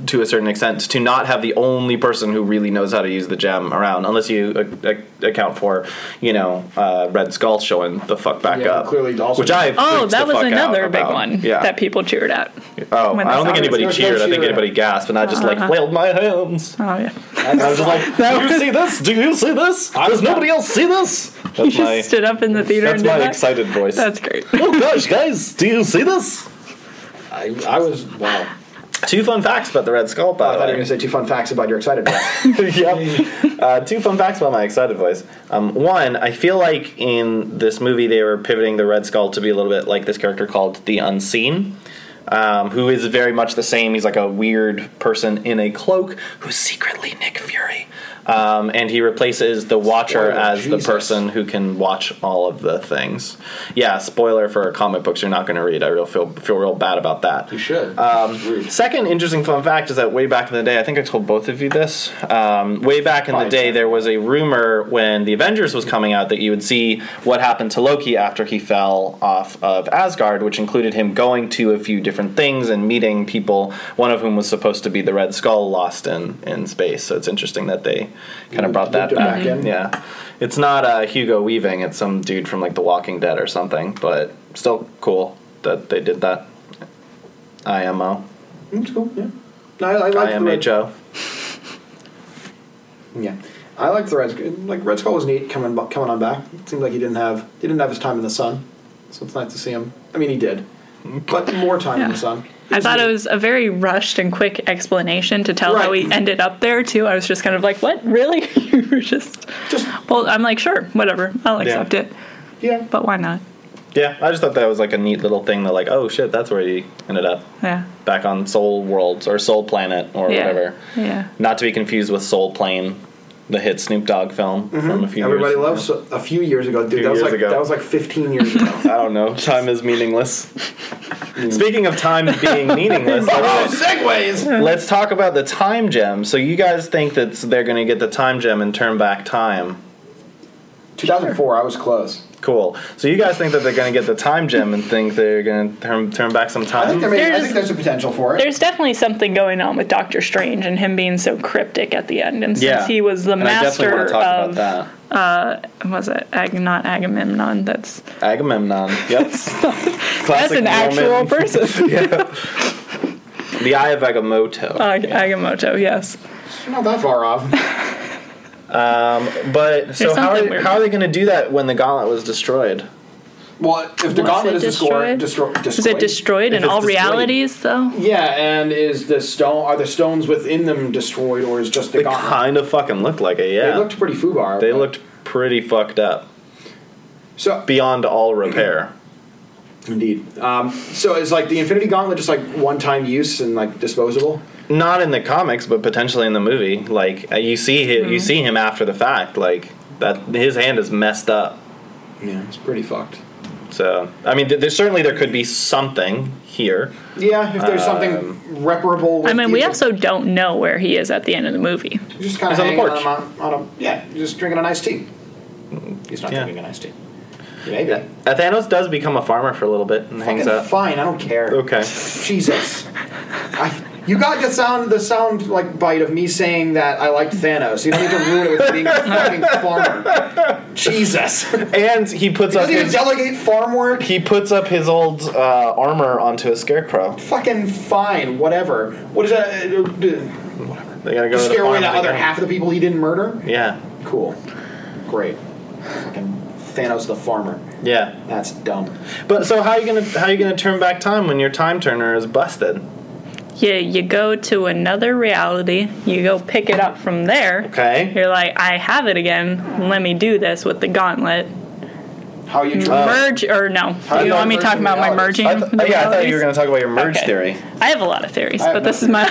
to a certain extent to not have the only person who really knows how to use the gem around, unless you uh, uh, account for, you know, uh, Red Skull showing the fuck back Yeah, up. clearly also- which I Oh, freaked that the was fuck out another big about. one Yeah. that people cheered at. oh, when I they don't think saw anybody Red Skull. cheered. I think cheered. anybody gasped, and I just like flailed my hands. Oh yeah, That's- I was just like, That "Do you was- see this? Do you see this? Does nobody else see this?" you That's just my stood up in the theater. that's and did my that? excited voice. That's great. oh gosh, guys, do you see this? I, I was wow. Two fun facts about the Red Skull. By I thought the you were way, going to say two fun facts about your excited breath. yep. Uh, two fun facts about my excited voice. Um, one, I feel like in this movie they were pivoting the Red Skull to be a little bit like this character called the Unseen, um, who is very much the same. He's like a weird person in a cloak who's secretly Nick Fury. um, and he replaces the Watcher Spoiler, as Jesus. the person who can watch all of the things. Yeah, spoiler for comic books you're not going to read. I real feel feel real bad about that. You should. Um, Second interesting fun fact is that way back in the day, I think I told both of you this. Um, way back in the Fine. day, there was a rumor when the Avengers was coming out that you would see what happened to Loki after he fell off of Asgard, which included him going to a few different things and meeting people, one of whom was supposed to be the Red Skull lost in, in space. So it's interesting that they kind of brought that Looped it back. back in. Yeah. It's not uh, Hugo Weaving, it's some dude from like The Walking Dead or something, but still cool that they did that. IMO. Mm, It's cool. Yeah. No, I, I like the Red- IMHO. Yeah, I like the Red Skull. Like Red Skull was neat coming bu- coming on back. It seemed like he didn't have he didn't have his time in the sun, so it's nice to see him. I mean, he did, Mm-hmm. but more time in Yeah. the sun. I thought it was a very rushed and quick explanation to tell how Right. we ended up there too. I was just kind of like, "What? Really?" you were just just well. I'm like, "Sure, whatever. I'll accept it." yeah. But why not? Yeah, I just thought that was like a neat little thing that like, oh shit, that's where he ended up. Yeah. Back on Soul Worlds or Soul Planet or yeah. whatever. Yeah. Not to be confused with Soul Plane, the hit Snoop Dogg film from a Mm-hmm. few Everybody loves years a few years ago. Dude, Few that was years like ago. that was like 15 years ago. I don't know. Time is meaningless. Speaking of time being meaningless, let's- segways! let's talk about the time gem. So you guys think that they're going to get the time gem and turn back time? 2004. I was close. Cool. So you guys think that they're going to get the time gem and think they're going to turn turn back some time? I think there may, I There's- think there's a potential for it. There's definitely something going on with Doctor Strange and him being so cryptic at the end. And since he was the And I definitely master want to talk of about was it Ag- not Agamemnon? That's that. Agamemnon. Yep. that's Classic an actual Roman. person. The Eye of Agamotto. Ag- Agamotto, yes. You're not that far off. but so how something are, weird. how are they going to do that when the gauntlet was destroyed? Well, if the Was gauntlet it is destroyed, destroy, Is it destroyed If in it's all destroyed. realities, though? Yeah, and is the stone? Are the stones within them destroyed, or is just the They gauntlet? kind of fucking looked like it. Yeah, They looked pretty fubar. They but- looked pretty fucked up so beyond all repair. Indeed. Um, so is like the Infinity Gauntlet just like one time use and like disposable? Not in the comics, but potentially in the movie. Like uh, you see him, Mm-hmm. you see him after the fact. Like that, his hand is messed up. Yeah, it's pretty fucked. So I mean, th- there, certainly there could be something here. Yeah, if there's Um, something reparable. With I mean, we either- also don't know where he is at the end of the movie. You're just kind of He's on the hanging on, porch. a, on a yeah, you're just drinking a nice tea. He's not Yeah. drinking a nice tea. Maybe. Uh, Thanos does become a farmer for a little bit and hangs Fucking out. Fine, I don't care. Okay. Jesus. I, you got the sound the sound like bite of me saying that I liked Thanos. You don't need to ruin it with being a fucking farmer. Jesus. Doesn't And he puts up even his, delegate farm work. he puts up his old uh, armor onto a scarecrow. fucking fine, whatever. What is that? uh, uh, They gotta go to the Scare away farm the and other again. half of the people he didn't murder? Yeah, Cool. Great. Fucking Thanos the farmer. yeah. That's dumb. But so how you gonna how you gonna turn back time when your time turner is busted? You, you go to another reality, you go pick it up from there. Okay. You're like, I have it again. Let me do this with the gauntlet. How you Uh, try Merge or no? do you you want me merge talking the about my realities? merging? I th- the yeah, I thought you were realities? gonna talk about your merge Okay. theory. I have a lot of theories, have but this is my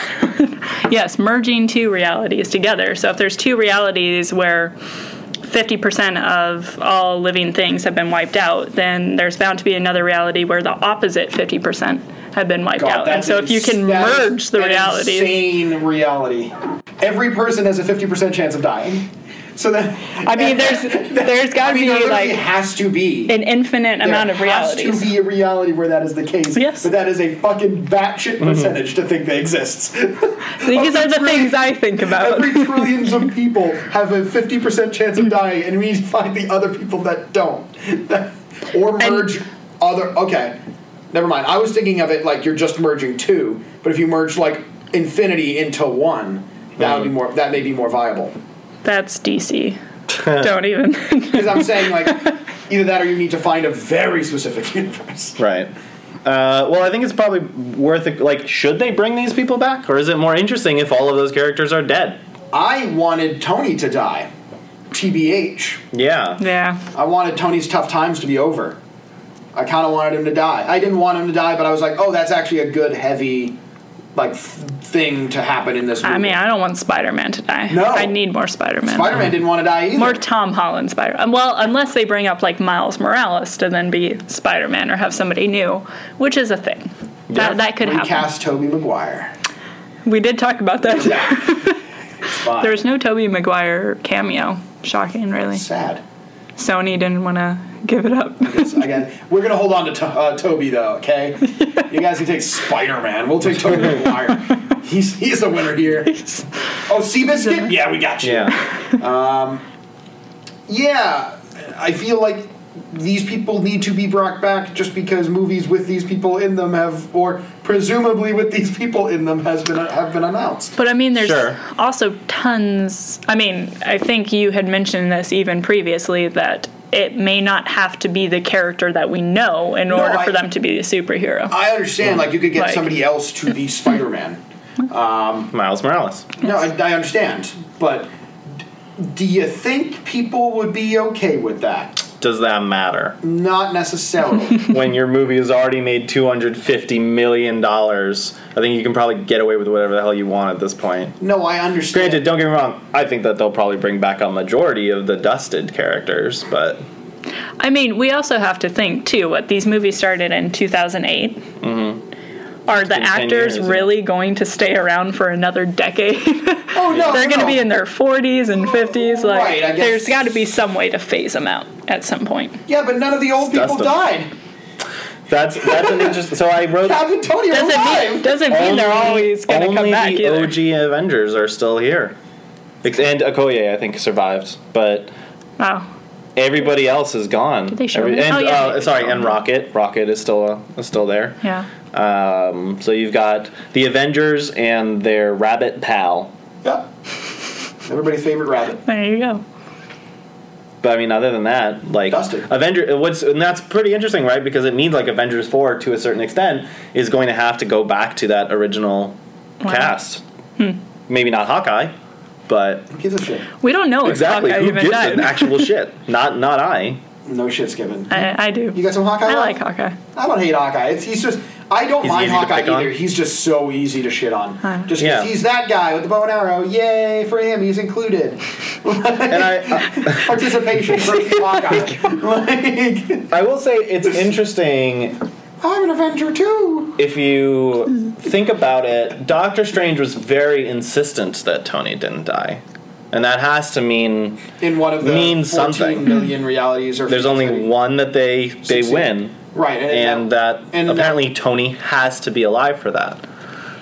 yes, merging two realities together. So if there's two realities where 50% of all living things have been wiped out, then there's bound to be another reality where the opposite 50% have been wiped God, out. And that's so if you can ins- that is merge the an realities, Insane reality. Every person has a 50% chance of dying. So then. I mean there's there's got I to mean, there be literally like has to be. an infinite There amount of Has realities. to be a reality where that is the case. Yes. But that is a fucking batshit percentage to think they exists. These are the things I think about. Every trillions of people have a 50% chance of dying, and we need to find the other people that don't. That- or merge other. Okay, never mind. I was thinking of it like you're just merging two, but if you merge like infinity into one, that would be more. That may be more viable. That's DC. Don't even. Because I'm saying like either that or you need to find a very specific universe. Right. Uh, well, I think it's probably worth it. Like, should they bring these people back, or is it more interesting if all of those characters are dead? I wanted Tony to die. TBH. Yeah. yeah. I wanted Tony's tough times to be over. I kind of wanted him to die. I didn't want him to die, but I was like, oh, that's actually a good heavy like th- thing to happen in this movie. I mean, I don't want Spider Man to die. No. I need more Spider Man. Spider Man didn't want to die either. More Tom Holland Spider. um, Well, unless they bring up like Miles Morales to then be Spider Man or have somebody new, which is a thing. Yeah. That, that could happen. Recast Toby Maguire. We did talk about that. It's fine. There was no Toby Maguire cameo. Shocking, really. sad. Sony didn't want to give it up. It's- Again, we're gonna hold on to, to- uh, Toby though, okay? You guys can take Spider Man. We'll take Toby Maguire. He's he's the winner here. Oh, Seabiscuit? Yeah, we got you. Yeah. Yeah, I feel like these people need to be brought back just because movies with these people in them have, or presumably with these people in them, has been have been announced. But I mean, there's Sure. also tons. I mean, I think you had mentioned this even previously that it may not have to be the character that we know in No, order I- for them to be a superhero. I understand, like you could get Like- somebody else to be Spider Man. Miles Morales. No, I, I understand, but d- do you think people would be okay with that? Does that matter? Not necessarily. when your movie has already made two hundred fifty million dollars, I think you can probably get away with whatever the hell you want at this point. no, I understand. Granted, don't get me wrong. I think that they'll probably bring back a majority of the dusted characters, but I mean, we also have to think too. What these movies started in 2008. Mm-hmm. Are the been 10 actors years. really going to stay around for another decade? Oh no, They're going to no. be in their 40s and 50s. Like, Right, I guess- there's got to be some way to phase them out at some point. Yeah, but none of the old Dust people them. died. that's that's an interesting. So I wrote. Captain Tony Doesn't alive. mean, doesn't mean they're always going to only come back the either. OG Avengers are still here, Ex- and Okoye I think survived, but Oh, everybody else is gone. they show him? and Oh, yeah, they uh, did sorry, show and him. Rocket. Rocket is still uh, is still there. yeah. Um, so you've got the Avengers and their rabbit pal. Yep. Everybody's favorite rabbit. There you go. But I mean, other than that, like Dusted. Avenger, what's and that's pretty interesting, right? Because it means like Avengers four, to a certain extent, is going to have to go back to that original Wow. Hmm. cast. Maybe not Hawkeye, but Who gives a shit? We don't know exactly if Hawkeye who even gives died. an actual shit? Not not I. No shit's given. I, I do. You got some Hawkeye? I left? like Hawkeye. I don't hate Hawkeye. It's, he's just. I don't He's mind easy to Hawkeye pick on. either. He's just so easy to shit on. Huh. Just 'cause Yeah. he's that guy with the bow and arrow. Yay for him. He's included. And I Participation for Hawkeye. like, I will say it's interesting I'm an Avenger too. if you think about it, Doctor Strange was very insistent that Tony didn't die. And that has to mean In one of the Means 14 something. million realities or there's only things one that they they Succeed. win. that- Right, And that and that- apparently Tony has to be alive for that.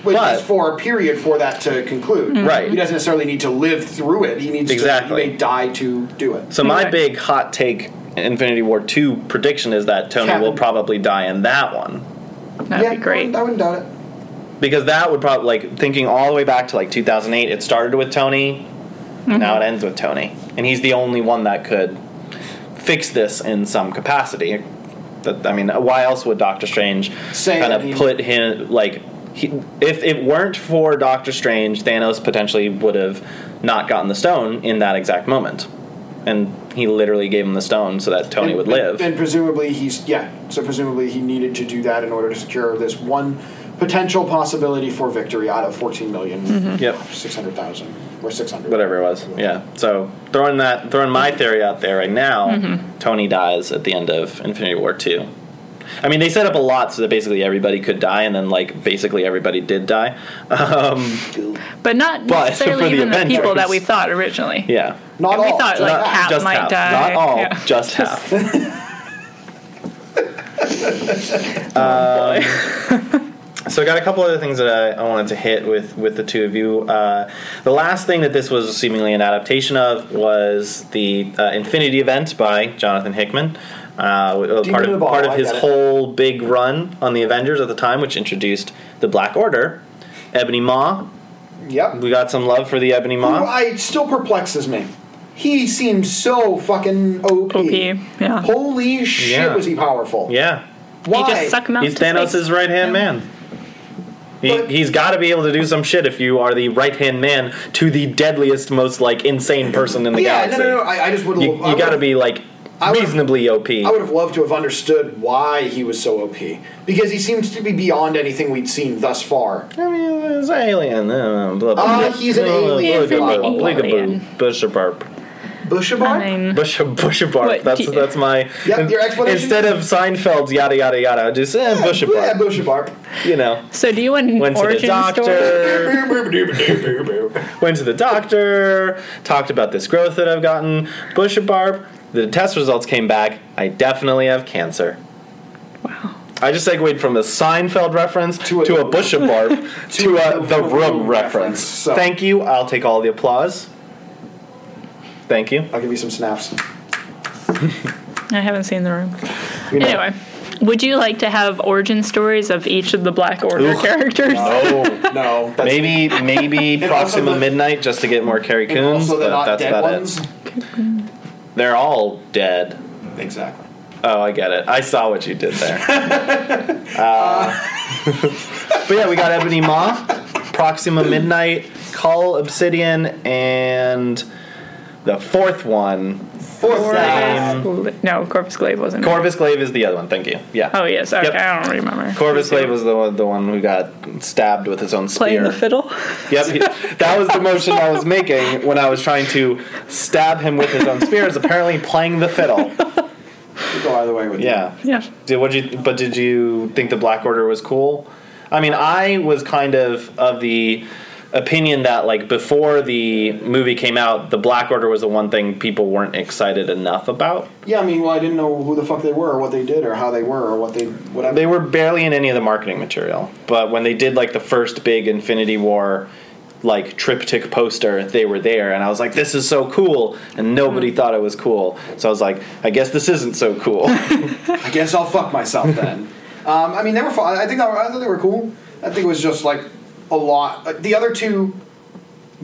which But- Mm-hmm. is for a period for that to conclude. Right. He doesn't necessarily need to live through it. He needs Exactly. to. He may die to do it. So my Right. big hot take Infinity War 2 prediction is that Tony Captain- will probably die in that one. That'd yeah, be great. I wouldn't doubt it. Because that would probably like thinking all the way back to like 2008, it started with Tony, now it ends with Tony. And he's the only one that could fix this in some capacity. That I mean, why else would Doctor Strange Say kind that of he- put him like he, if it weren't for Doctor Strange, Thanos potentially would have not gotten the stone in that exact moment. And he literally gave him the stone so that Tony and, would and- live. And presumably he's yeah. So presumably he needed to do that in order to secure this one potential possibility for victory out of fourteen Mm-hmm. yep. hundred thousand or six hundred. whatever it was. Yeah. So throwing that, throwing my theory out there right now, Tony dies at the end of Infinity War two. I mean, they set up a lot so that basically everybody could die, and then like basically everybody did die. Um, But not But necessarily for the even the people Avengers. that we thought originally. yeah. Not We all. thought, not like, all. half- Cap just might half. die. Not all. Yeah. Just half. Um, so I got a couple other things that I, I wanted to hit with with the two of you. Uh, the last thing that this was seemingly an adaptation of was the uh, Infinity Event by Jonathan Hickman. Uh, w- Demon part in of the bottle, part of I his get it. whole big run on the Avengers at the time, which introduced the Black Order, Ebony Maw. Yep. We got some love for the Ebony Who Maw. I it still perplexes me. He seems so fucking OP. OP, yeah. Holy shit, Yeah. was he powerful? yeah, You Why? just suck 'em out He's to space. Thanos' right hand Yeah. man. He, But- he's got to be able to do some shit if you are the right hand man to the deadliest, most like insane person in the yeah, galaxy. no, no, no. I, I just would. You, you got to be like I would- reasonably OP. I would have loved to have understood why he was so OP because he seems to be beyond anything we'd seen thus far. I mean, it's an alien. uh, blah, blah, Ah, blah. he's an alien. He's an alien. alien. Bushabarp. Bushabar? I mean, Bush, Bushabarp. What that's do you- that's my. Yep, your explanation? Instead of Seinfeld's yada yada yada, I just eh, Yeah, Bushabarp. Bushabar. You know, so do you want an went to the origin story? doctor. Went to the doctor. Talked about this growth that I've gotten. Bushabarp. The test results came back. I definitely have cancer. Wow. I just segued from a Seinfeld reference to To a, a- Bushabarp to a a The Room reference. so- Thank you. I'll take all the applause. Thank you. I'll give you some snaps. I haven't seen the room. You know. Anyway, would you like to have origin stories of each of the Black Order Ugh. characters? Oh, No. That's maybe maybe also Proxima the- Midnight just to get more Carrie and Coons, also but the not that's dead about ones. it. They're all dead. Exactly. Oh, I get it. I saw what you did there. uh, but yeah, we got Ebony Maw, Proxima Midnight, Call Obsidian, and the fourth one. Fourth Same. Corvus- no, Corpus Glaive wasn't. it? Corvus Glaive is the other one. Thank you. Yeah. oh yes, okay, Yep. I don't remember. Corvus Glaive was the one, the one who got stabbed with his own spear. playing the fiddle. Yep, he- that was the motion I was making when I was trying to stab him with his own spear. Is apparently playing the fiddle. Could go either way with you. Yeah. yeah. Did what you? But did you think the Black Order was cool? I mean, I was kind of of the opinion that like before the movie came out, the Black Order was the one thing people weren't excited enough about. Yeah, I mean, well, I didn't know who the fuck they were, or what they did, or how they were, or what they whatever. They were barely in any of the marketing material, but when they did like the first big Infinity War like triptych poster, they were there, and I was like, "This is so cool," and nobody thought it was cool. So I was like, "I guess this isn't so cool." I guess I'll fuck myself then. um, I mean, they were fun. I think that, I thought they were cool. I think it was just like a lot. Like, the other two,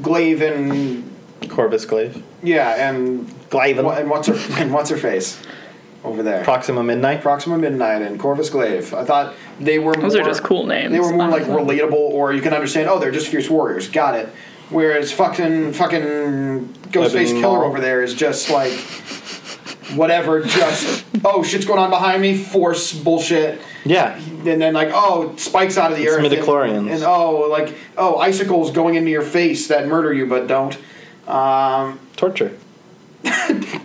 Glaive and Corvus Glaive, yeah, and Glaive, wha- and what's her and what's her face over there? Proxima Midnight. Proxima Midnight and Corvus Glaive. I thought they were Those more, are just cool names. They were more like honestly. relatable, or you can understand. Oh, they're just fierce warriors. Got it. Whereas fucking fucking Ghostface Ebony Killer Maw. over there is just like whatever. Just oh shit's going on behind me. Force bullshit. Yeah, And then like oh spikes out of the earth. and- midichlorians. And oh like oh icicles going into your face that murder you but don't. Um, torture.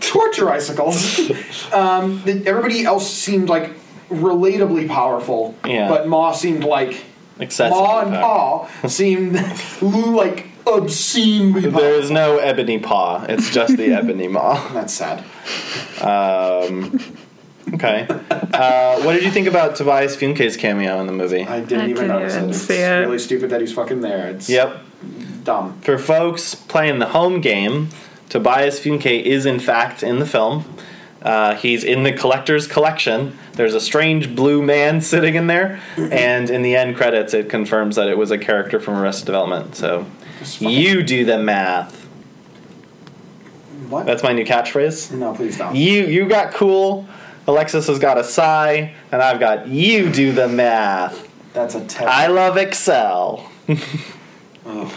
torture icicles. um, the, everybody else seemed like relatably powerful, Yeah. but Ma seemed like Excessive. Ma and power. Pa seemed like obscenely powerful. There is no ebony paw. It's just the ebony maw. That's sad. Okay. Uh, what did you think about Tobias Funke's cameo in the movie? I didn't I even didn't notice even it. see it's it. really stupid that he's fucking there. It's yep. dumb. For folks playing the home game, Tobias Funke is in fact in the film. Uh, he's in the collector's collection. There's a strange blue man sitting in there, and in the end credits, it confirms that it was a character from Arrested Development. So, you do the math. What? That's my new catchphrase. no, please don't. You you got cool. Alexis has got a sigh, and I've got you do the math. That's a terrible. I I, love Excel. don't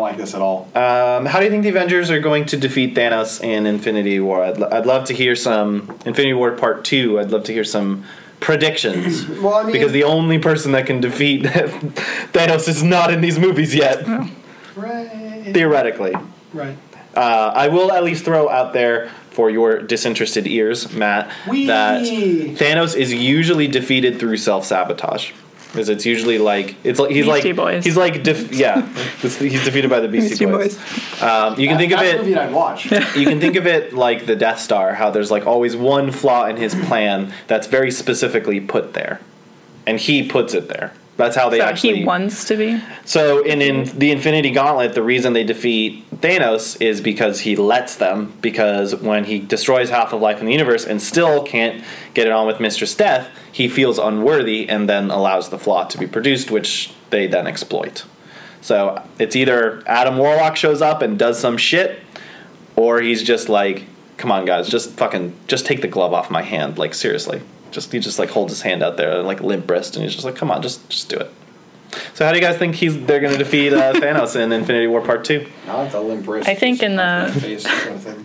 like this at all. Um, how do you think the Avengers are going to defeat Thanos in Infinity War? I'd, l- I'd love to hear some Infinity War Part Two. I'd love to hear some predictions Well, I mean, because the only person that can defeat Thanos is not in these movies yet, right, theoretically. right. Uh, I will at least throw out there for your disinterested ears, Matt, Whee! that Thanos is usually defeated through self sabotage. Because it's usually like it's like he's Beastie like Boys. he's like def- yeah it's, he's defeated by the Beastie, Beastie Boys. Boys. Um, you can think of That's a movie it I'd watch. you can think of it like the Death Star how there's like always one flaw in his plan that's very specifically put there, and he puts it there. That's how they So actually he wants to be. so in, in the Infinity Gauntlet, the reason they defeat Thanos is because he lets them. Because when he destroys half of life in the universe and still can't get it on with Mistress Death, he feels unworthy and then allows the flaw to be produced, which they then exploit. So it's either Adam Warlock shows up and does some shit, or he's just like, "Come on, guys, just fucking, just take the glove off my hand. Like seriously, just he just like holds his hand out there like limp wrist, and he's just like, "Come on, just just do it." So how do you guys think he's they're going to defeat uh, Thanos in Infinity War Part Two? Not the limp wrist. I think in Just the- face sort of thing. fact.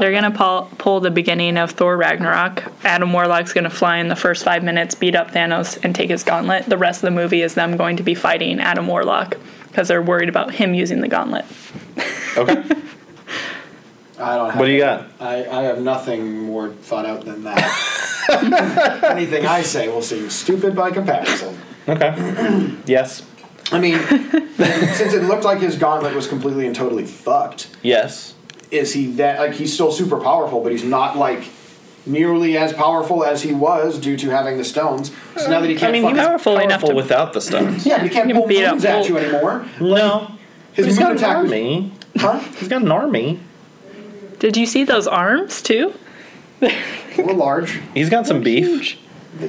They're gonna pull, pull the beginning of Thor Ragnarok. Adam Warlock's gonna fly in the first five minutes, beat up Thanos, and take his gauntlet. The rest of the movie is them going to be fighting Adam Warlock because they're worried about him using the gauntlet. Okay. I don't. Have What do you got? I, I have nothing more thought out than that. Anything I say will seem stupid by comparison. Okay. yes. I mean, since it looked like his gauntlet was completely and totally fucked, Yes. is he that like he's still super powerful, but he's not like nearly as powerful as he was due to having the stones. So now that he can't, I fucking- mean, he was powerful, Powerful enough to- without the stones. yeah, but he can't He can pull beat up moons at Hulk. you anymore, no. His he's moon got an attack was- army. huh? He's got an army. Did you see those arms too? We're large. He's got some beef.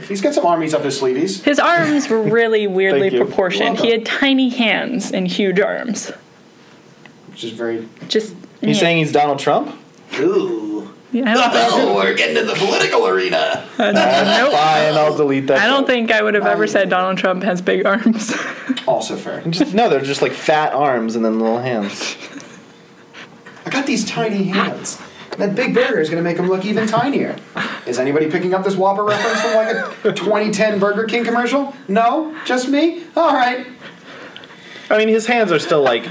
He's got some armies up his sleeves. His arms were really weirdly Thank you. proportioned. He had tiny hands and huge arms. Which is very. Just He's yeah. saying he's Donald Trump. Ooh. Yeah, I don't think- we're getting in the political arena. nope. Fine, I'll delete that. I don't think I would have ever said Donald Trump has big arms. Also fair. Just, no, they're just like fat arms and then little hands. I got these tiny hands. That big burger is going to make them look even tinier. Is anybody picking up this Whopper reference from like a 2010 Burger King commercial? No? Just me? All right. I mean, his hands are still like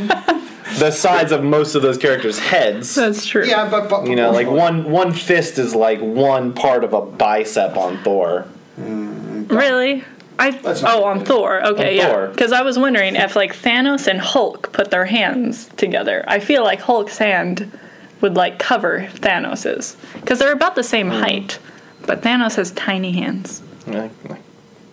the size of most of those characters' heads. That's true. Yeah, but, but You know, like one one fist is like one part of a bicep on Thor. Really? I That's not oh what it on is. Thor. Okay, On yeah. Thor. Because I was wondering if like Thanos and Hulk put their hands together. I feel like Hulk's hand would like cover Thanos's because they're about the same Hmm. height, but Thanos has tiny hands. Yeah, like,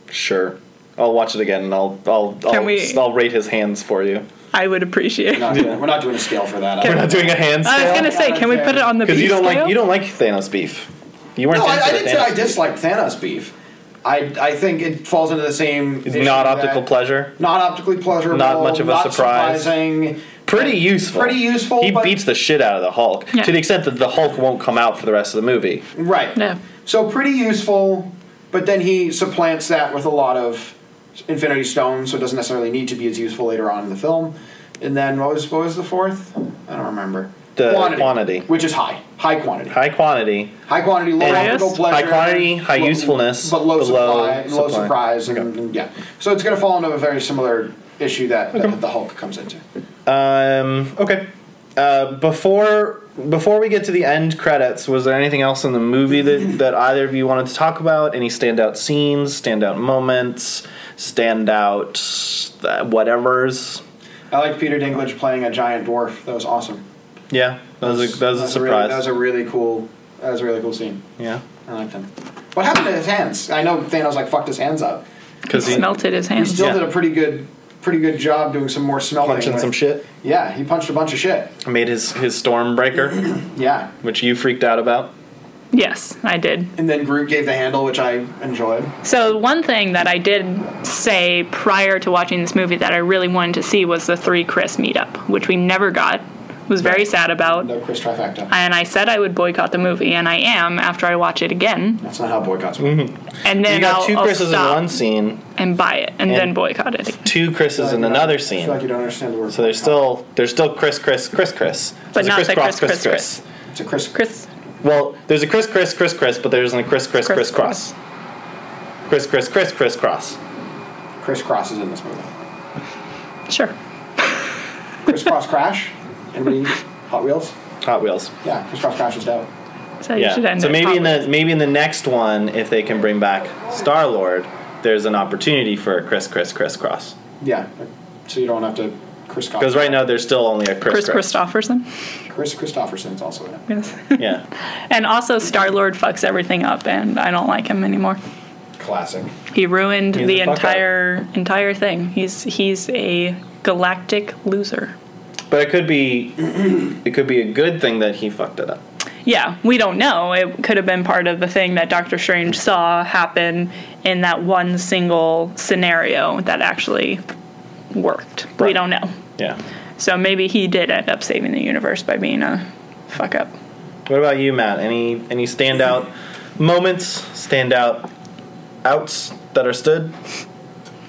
Sure, I'll watch it again and I'll I'll I'll, Can we- I'll rate his hands for you. I would appreciate. Not doing- we're not doing a scale for that. We're not doing a hand I was scale? gonna say, can we put it on the Because Uh, beef you don't scale? like you don't like Thanos beef. You weren't. no, I, into I the didn't say Thanos I beef. disliked Thanos beef. I, I think it falls into the same. It's issue not that- optical pleasure. Not optically pleasurable. Not much of a not surprise. Surprising. Pretty useful. Pretty useful, He but- beats the shit out of the Hulk Yeah. to the extent that the Hulk won't come out for the rest of the movie. Right. Yeah. So pretty useful, but then he supplants that with a lot of Infinity Stones, so it doesn't necessarily need to be as useful later on in the film. And then what was what was the fourth? I don't remember. The quantity. which is high, high quantity, high, High quantity. quantity, low And- optical High pleasure, quantity, high low- usefulness, but low but supply, low low supply. surprise, and, and yeah. So it's going to fall into a very similar issue that, that the Hulk comes into. Um, okay. Uh, before before we get to the end credits, was there anything else in the movie that, that either of you wanted to talk about? Any standout scenes, standout moments, standout uh, whatever's? I like Peter Dinklage playing a giant dwarf. That was awesome. Yeah, that was a, that was a really- surprise. that was a really cool. That was a really cool scene. yeah, I liked him. What happened to his hands? I know Thanos like fucked his hands up. because he Smelted his He hands. still Yeah. did a pretty good, pretty good job doing some more smelting. punching with- some shit Yeah, he punched a bunch of shit. made his his stormbreaker, Yeah, which you freaked out about. Yes, I did. and then Groot gave the handle, which I enjoyed. So one thing that I did say prior to watching this movie that I really wanted to see was the three Chris meetup, which we never got. Was very sad about. No Chris trifecta. and I said I would boycott the movie, and I am after I watch it again, That's not how boycotts work. Mm-hmm. and then You got I'll, two I'll Chris's in stop one scene, and buy it, and, and- then boycott it. again. two I Chris's feel in like you don't- another I scene. feel like you don't understand the word. So there's boycott. still there's still Chris Chris Chris Chris. There's a not the Chris, Chris, Chris. It's a Chris. Chris, Well, there's a Chris Chris Chris Chris, but there isn't a Chris Chris Chris Chris cross. Chris Chris Chris Chris cross. Chris Cross is in this movie. sure. Chris Cross Crash. Anybody? Hot Wheels. Hot Wheels. Yeah, Chris Cross Crash is dope. So you should Yeah. end So it maybe in properly. the maybe in the next one, if they can bring back Star Lord, there's an opportunity for a Chris Chris Chris cross. Yeah, so you don't have to Chris. Cross. Because right now there's still only a Chris Chris Christopherson. Chris Christopherson's also in it. Yes. Yeah. and also Star Lord fucks everything up, and I don't like him anymore. Classic. He ruined He's the a fuck up. entire entire thing. He's he's a galactic loser. But it could be it could be a good thing that he fucked it up. yeah, we don't know. It could have been part of the thing that Doctor Strange saw happen in that one single scenario that actually worked. We Right. don't know. Yeah. So maybe he did end up saving the universe by being a fuck up. What about you, Matt? Any any standout moments, standout outs that are stood?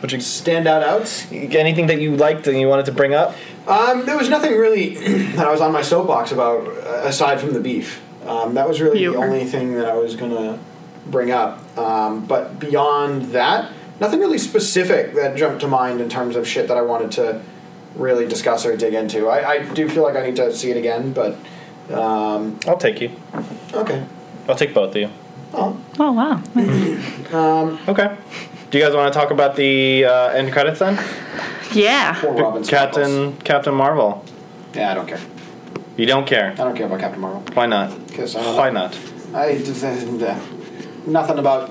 Which is Standout outs. anything that you liked and you wanted to bring up? Um, there was nothing really that I was on my soapbox about uh, aside from the beef. Um, Um, that was really You the were- only thing that I was going to bring up. Um, but beyond that, nothing really specific that jumped to mind in terms of shit that I wanted to really discuss or dig into. I, I do feel like I need to see it again, but um, I'll take you. okay. I'll take both of you. Oh, Oh wow. um, Okay. Do you guys want to talk about the uh, end credits then? Yeah. poor Robin. Captain Smuggles. Captain Marvel. Yeah, I don't care. You don't care. I don't care about Captain Marvel. Why not? 'Cause I don't Why not? I uh, nothing about.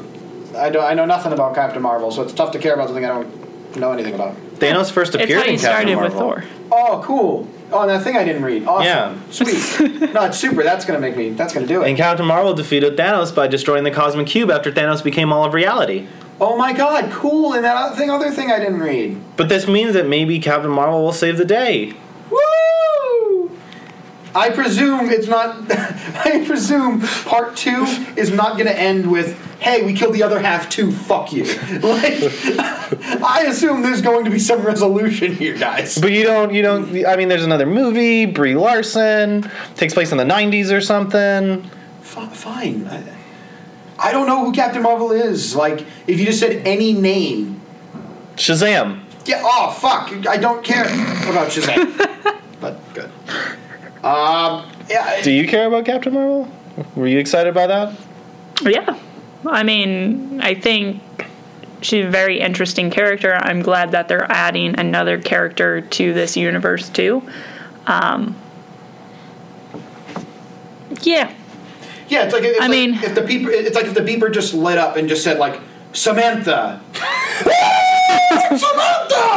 I don't. I know nothing about Captain Marvel, so it's tough to care about something I don't know anything about. Thanos first It's appeared how you in Captain started Marvel. with Thor. Oh, cool. Oh, and that thing I didn't read. Awesome. Yeah. Sweet. no, it's super. That's gonna make me. That's gonna do And it. Captain Marvel defeated Thanos by destroying the cosmic cube after Thanos became all of reality. Oh my god, cool. And that other thing, other thing I didn't read. But this means that maybe Captain Marvel will save the day. Woo! I presume it's not. I presume part two is not going to end with "Hey, we killed the other half too. Fuck you." Like, I assume there's going to be some resolution here, guys. But you don't, you don't. I mean, there's another movie, Brie Larson, takes place in the '90s or something. F- fine. I, I don't know who Captain Marvel is. Like, if you just said any name, Shazam! yeah. Oh fuck, I don't care about Shazam. but good. Um. Yeah. Do you care about Captain Marvel? Were you excited by that? Yeah. I mean, I think she's a very interesting character. I'm glad that they're adding another character to this universe too. Um, yeah. Yeah, it's like it's I like mean- if the beeper, it's like if the beeper just lit up and just said like Samantha. Samantha.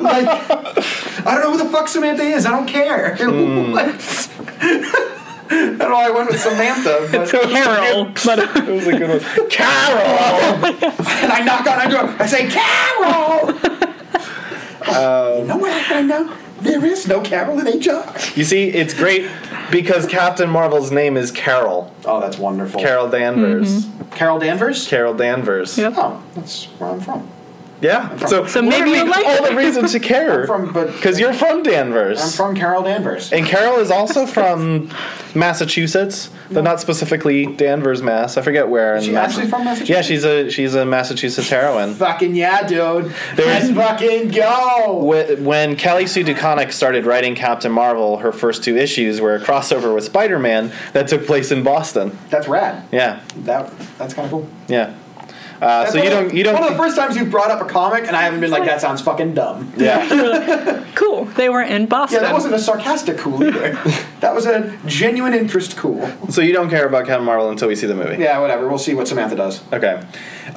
like I don't know who the fuck Samantha is. I don't care. Hmm. Like, I don't know. why I went with Samantha, but Carol. it was a good one. Carol! and I knock on her door. I say, Carol. Um, you know what I find out? There is no Carol in HR. You see, it's great because Captain Marvel's name is Carol. Oh, that's wonderful. Carol Danvers. Carol Danvers. Carol Danvers. Mm-hmm. Yep. Oh, that's where I'm from. Yeah. So, So maybe literally you'll like all the reasons to care. I'm from, but Because you're from Danvers. I'm from Carol Danvers. And Carol is also from Massachusetts, but not specifically Danvers, Mass. I forget where. Is in she Mass- actually from Massachusetts? Yeah, she's a she's a Massachusetts heroine. Fucking yeah, dude. There's- Let's fucking go. Wh- When Kelly Sue DeConnick started writing Captain Marvel, her first two issues were a crossover with Spider-Man that took place in Boston. That's rad. Yeah, That that's kind of cool. yeah. Uh, so you don't you One of the don't first times you've brought up a comic, and I haven't been like, that sounds fucking dumb. yeah Cool. They were in Yeah, Boston. that wasn't a sarcastic cool either. that was a genuine interest cool. so you don't care about Captain Marvel until we see the movie. Yeah, whatever. We'll see what Samantha does. Okay.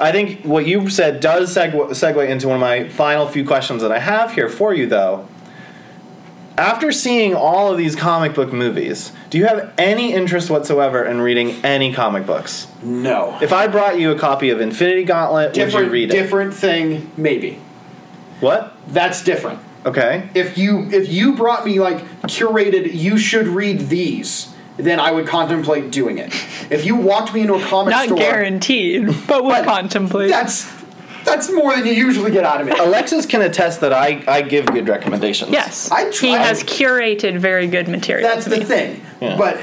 I think what you said does seg- segue into one of my final few questions that I have here for you, though. After seeing all of these comic book movies, do you have any interest whatsoever in reading any comic books? No. If I brought you a copy of Infinity Gauntlet, would different you read it? different thing, maybe. What? That's different. Okay. If you if you brought me like curated, you should read these. Then I would contemplate doing it. If you walked me into a comic Not store, guaranteed, but we'll But contemplate. That's that's more than you usually get out of it. Alexis can attest that I, I give good recommendations. yes. I He tried- has curated very good material. That's to the me. thing. Yeah. But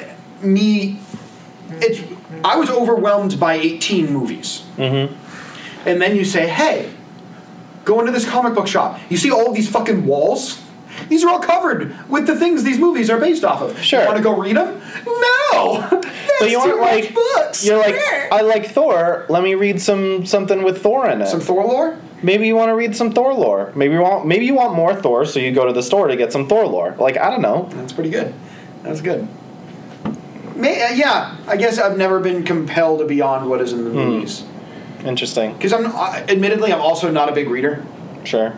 me, it's I was overwhelmed by eighteen movies, mm-hmm. and then you say, "Hey, go into this comic book shop. You see all these fucking walls." These are all covered with the things these movies are based off of. Sure. You want to go read them? No. But you That's aren't too much like books. you're like uh, Yeah. I like Thor. Let me read some something with Thor in it. some Thor lore. Maybe you want to read some Thor lore. Maybe you want maybe you want more Thor, so you go to the store to get some Thor lore. Like I don't know. That's pretty good. That's good. May, uh, yeah, I guess I've never been compelled beyond what is in the Hmm. movies. Interesting. Because I'm, uh, admittedly, I'm also not a big reader. Sure.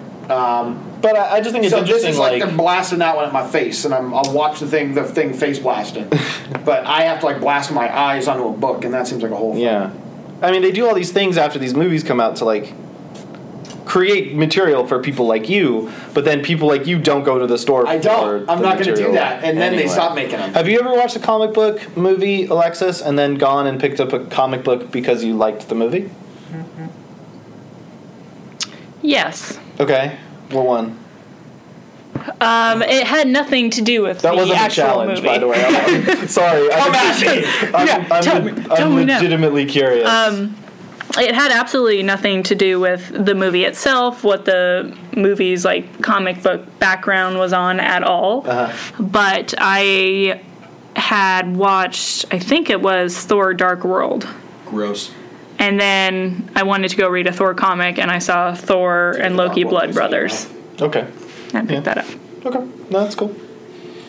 but I, I just think it's Um, so this interesting. is like, like them blasting that one at my face, and I'm, I'll watch the thing, the thing face blasting. but I have to like blast my eyes onto a book, and that seems like a whole. thing. yeah, I mean they do all these things after these movies come out to like create material for people like you, but then people like you don't go to the store. I don't. for I'm the not going to do material that, and then they anyway. stop making them. Have you ever watched a comic book movie, Alexis, and then gone and picked up a comic book because you liked the movie? Yes. Okay. Well, one. Um, it had nothing to do with That the wasn't a actual challenge, movie. by the way. I'm- sorry. I'm, I'm, Yeah, I'm, tell me- le- I'm tell me now. Um, legitimately curious. it had absolutely nothing to do with the movie itself, what the movie's like comic book background was on at all. Uh-huh. But I had watched, I think it was Thor: Dark World, Gross. and then I wanted to go read a Thor comic, and I saw Thor and Loki: Dark World Blood is- Brothers. okay. I picked that up. Okay. No, that's cool.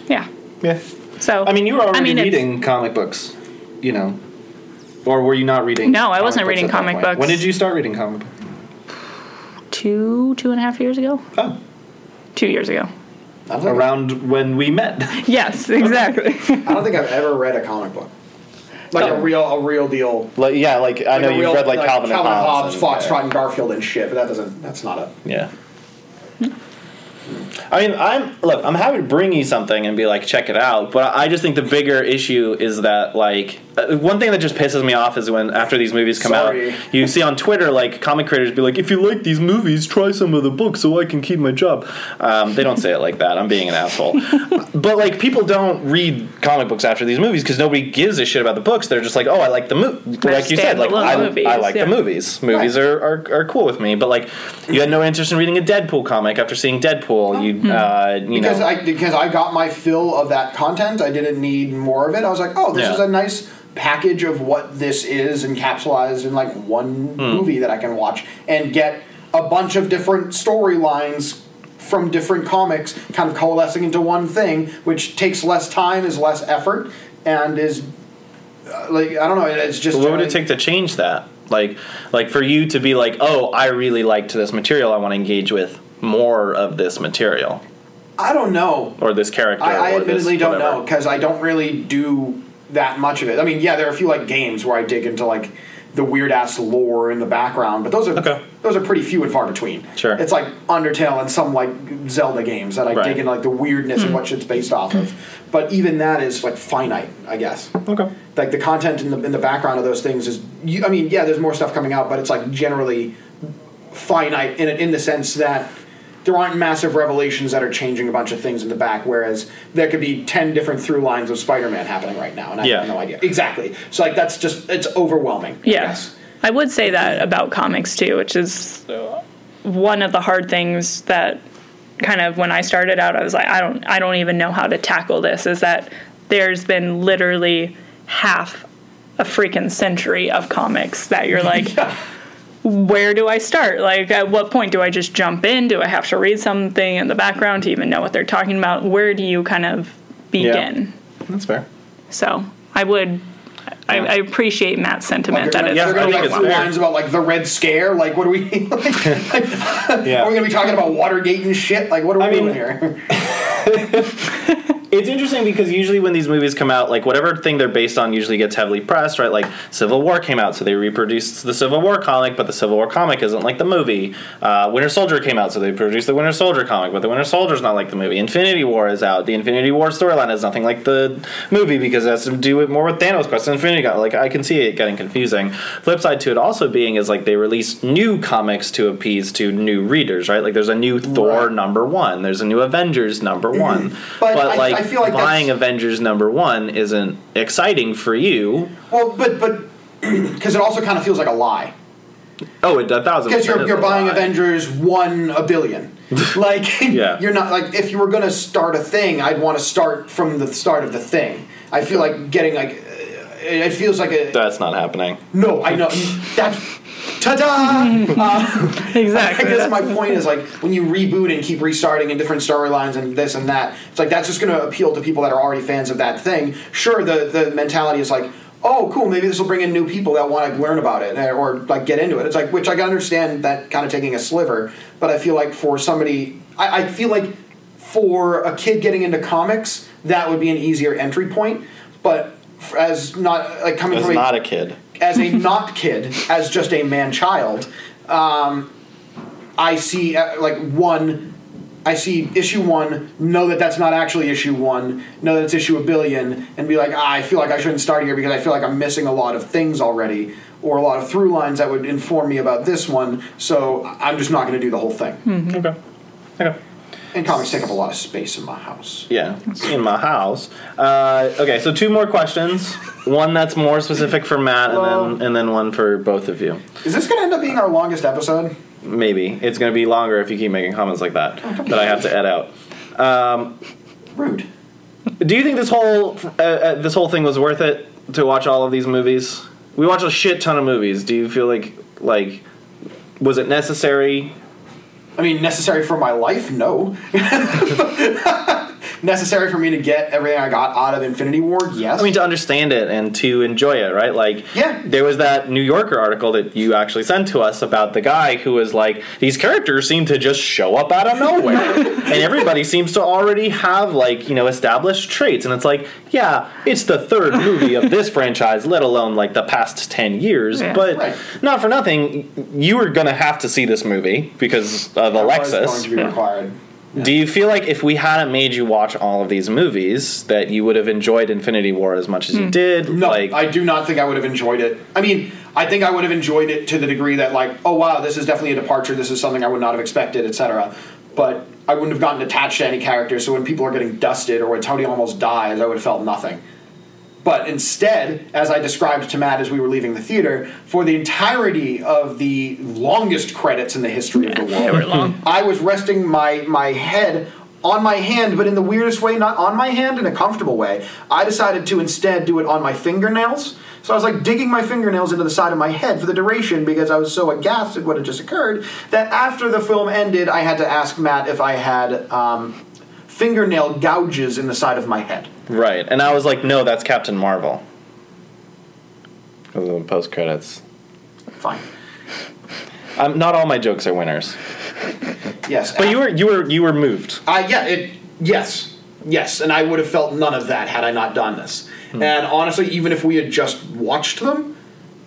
Yeah. Yeah. So I mean, you were already mean, it's- reading comic books, you know. Or were you not reading? No, I comic wasn't books reading at that comic point? books. When did you start reading comic books? two two and a half years ago, Oh, two years ago. I don't, think, around when we met. Yes, exactly. I don't think I've ever read a comic book, like a real, a real deal. Like, yeah, like I know a you've real, read like, Calvin, and Hobbes, and- Foxtrot, and Garfield and shit. But that doesn't. That's not a. Yeah. I mean, I'm look. I'm happy to bring you something and be like, check it out. But I just think the bigger issue is that like uh, one thing that just pisses me off is when after these movies come Sorry. out, you see on Twitter like comic creators be like, if you like these movies, try some of the books so I can keep my job. Um, they don't say it like that. I'm being an asshole. but like people don't read comic books after these movies because nobody gives a shit about the books. They're just like, oh, I like the movie. Like you said, like standalone I, movies, I like yeah. the movies. Movies are, are are cool with me. But like you had no interest in reading a Deadpool comic after seeing Deadpool. You uh, you Because know. I because I got my fill of that content. I didn't need more of it. I was like, oh, this Yeah. is a nice package of what this is encapsulated in like one Hmm. movie that I can watch and get a bunch of different storylines from different comics kind of coalescing into one thing, which takes less time, is less effort, and is uh, like I don't know. It's just But what would it generally- take to change that? Like like for you to be like, oh, I really liked this material. I want to engage with more of this material I don't know. or this character. I, I or admittedly this don't whatever. know because I don't really do that much of it. I mean, yeah, there are a few like games where I dig into like the weird ass lore in the background, but those are Okay. those are pretty few and far between. Sure. it's like Undertale and some like Zelda games that I Right. Hmm. dig into like the weirdness of what shit's based off of. But even that is like finite, I guess. Okay. Like the content in the in the background of those things is, you, I mean, yeah, there's more stuff coming out, but it's like generally finite in in the sense that there aren't massive revelations that are changing a bunch of things in the back. Whereas there could be ten different through lines of Spider-Man happening right now, and I Yeah. have no idea exactly. So like that's just it's overwhelming. I Yes. guess. I would say that about comics too, which is one of the hard things that kind of when I started out I was like I don't I don't even know how to tackle this is that there's been literally half a freaking century of comics that you're like where do I start? Like, at what point do I just jump in? Do I have to read something in the background to even know what they're talking about? Where do you kind of begin? That's fair. So, I would, I, I appreciate Matt's Like, sentiment they're that gonna, it's Yeah, they're I gonna think like it's through fair. lines about like the Red Scare. Like, what are we? Like, Yeah. Are we gonna be talking about Watergate and shit? Like, what are we I mean- doing here? It's interesting because usually when these movies come out, like whatever thing they're based on usually gets heavily pressed, right? Like Civil War came out, so they reproduced the Civil War comic, but the Civil War comic isn't like the movie. Uh, Winter Soldier came out, so they produced the Winter Soldier comic, but the Winter Soldier's not like the movie. Infinity War is out. The Infinity War storyline is nothing like the movie because it has to do it more with Thanos quest and Infinity Gauntlet. Like I can see it getting confusing. Flip side to it also being is like they release new comics to appease to new readers, right? Like there's a new Thor Right. number one, there's a new Avengers number one But I- I feel like buying that's- Avengers number one isn't exciting for you. well, but but because it also kind of feels like a lie. Oh, it, a thousand. because you're, percent you're is a buying lie. Avengers one a billion. like Yeah. you're not like if you were gonna start a thing, I'd want to start from the start of the thing. I feel like getting like uh, it it feels like a That's not happening. no. I know that's ta-da. Uh, I Exactly. guess my point is like when you reboot and keep restarting and different storylines and this and that, it's like that's just going to appeal to people that are already fans of that thing. Sure, the the mentality is like, oh, cool, maybe this will bring in new people that want to learn about it eh, or like get into it. It's like which I can understand that kind of taking a sliver, but I feel like for somebody, I, I feel like for a kid getting into comics, that would be an easier entry point, but. f- As not like coming It's from not a kid. as a not kid, as just a man child, um, I see uh, like one. I see issue one, know that that's not actually issue one, know that it's issue a billion, and be like, ah, I feel like I shouldn't start here because I feel like I'm missing a lot of things already, or a lot of through lines that would inform me about this one, so I'm just not going to do the whole thing. Okay. Okay. And comics take up a lot of space in my house. Yeah, it's in my house. Uh, okay, so two more questions. One that's more specific for Matt, and then and then one for both of you. Is this going to end up being our longest episode? Maybe it's going to be longer if you keep making comments like that that I have to edit out. Rude. Do you think this whole uh, uh, this whole thing was worth it to watch all of these movies? We watch a shit ton of movies. Do you feel like like was it necessary? I mean, necessary for my life? No. necessary for me to get everything I got out of Infinity War? Yes. I mean, to understand it and to enjoy it, right? Like, Yeah. there was that New Yorker article that you actually sent to us about the guy who was like, these characters seem to just show up out of nowhere, and everybody seems to already have like you know established traits, and it's like, yeah, it's the third movie of this franchise, let alone like the past ten years, Yeah. but Right. not for nothing, you were gonna have to see this movie because of Was Alexis. going to be required. Do you feel like if we hadn't made you watch all of these movies, that you would have enjoyed Infinity War as much as you did? No, like, I do not think I would have enjoyed it. I mean, I think I would have enjoyed it to the degree that, like, oh wow, this is definitely a departure. This is something I would not have expected, etc. But I wouldn't have gotten attached to any character. So when people are getting dusted or when Tony almost dies, I would have felt nothing. But instead, as I described to Matt as we were leaving the theater, for the entirety of the longest credits in the history of the world, They were long. I was resting my my head on my hand, but in the weirdest way, not on my hand, in a comfortable way. I decided to instead do it on my fingernails. So I was like digging my fingernails into the side of my head for the duration because I was so aghast at what had just occurred that after the film ended, I had to ask Matt if I had um, fingernail gouges in the side of my head. right. And I was like, no, that's Captain Marvel. Because of the post credits. Fine. Um, not all my jokes are winners. Yes. But you were you were you were moved. Uh, yeah, it, yes. Yes, and I would have felt none of that had I not done this. And honestly, even if we had just watched them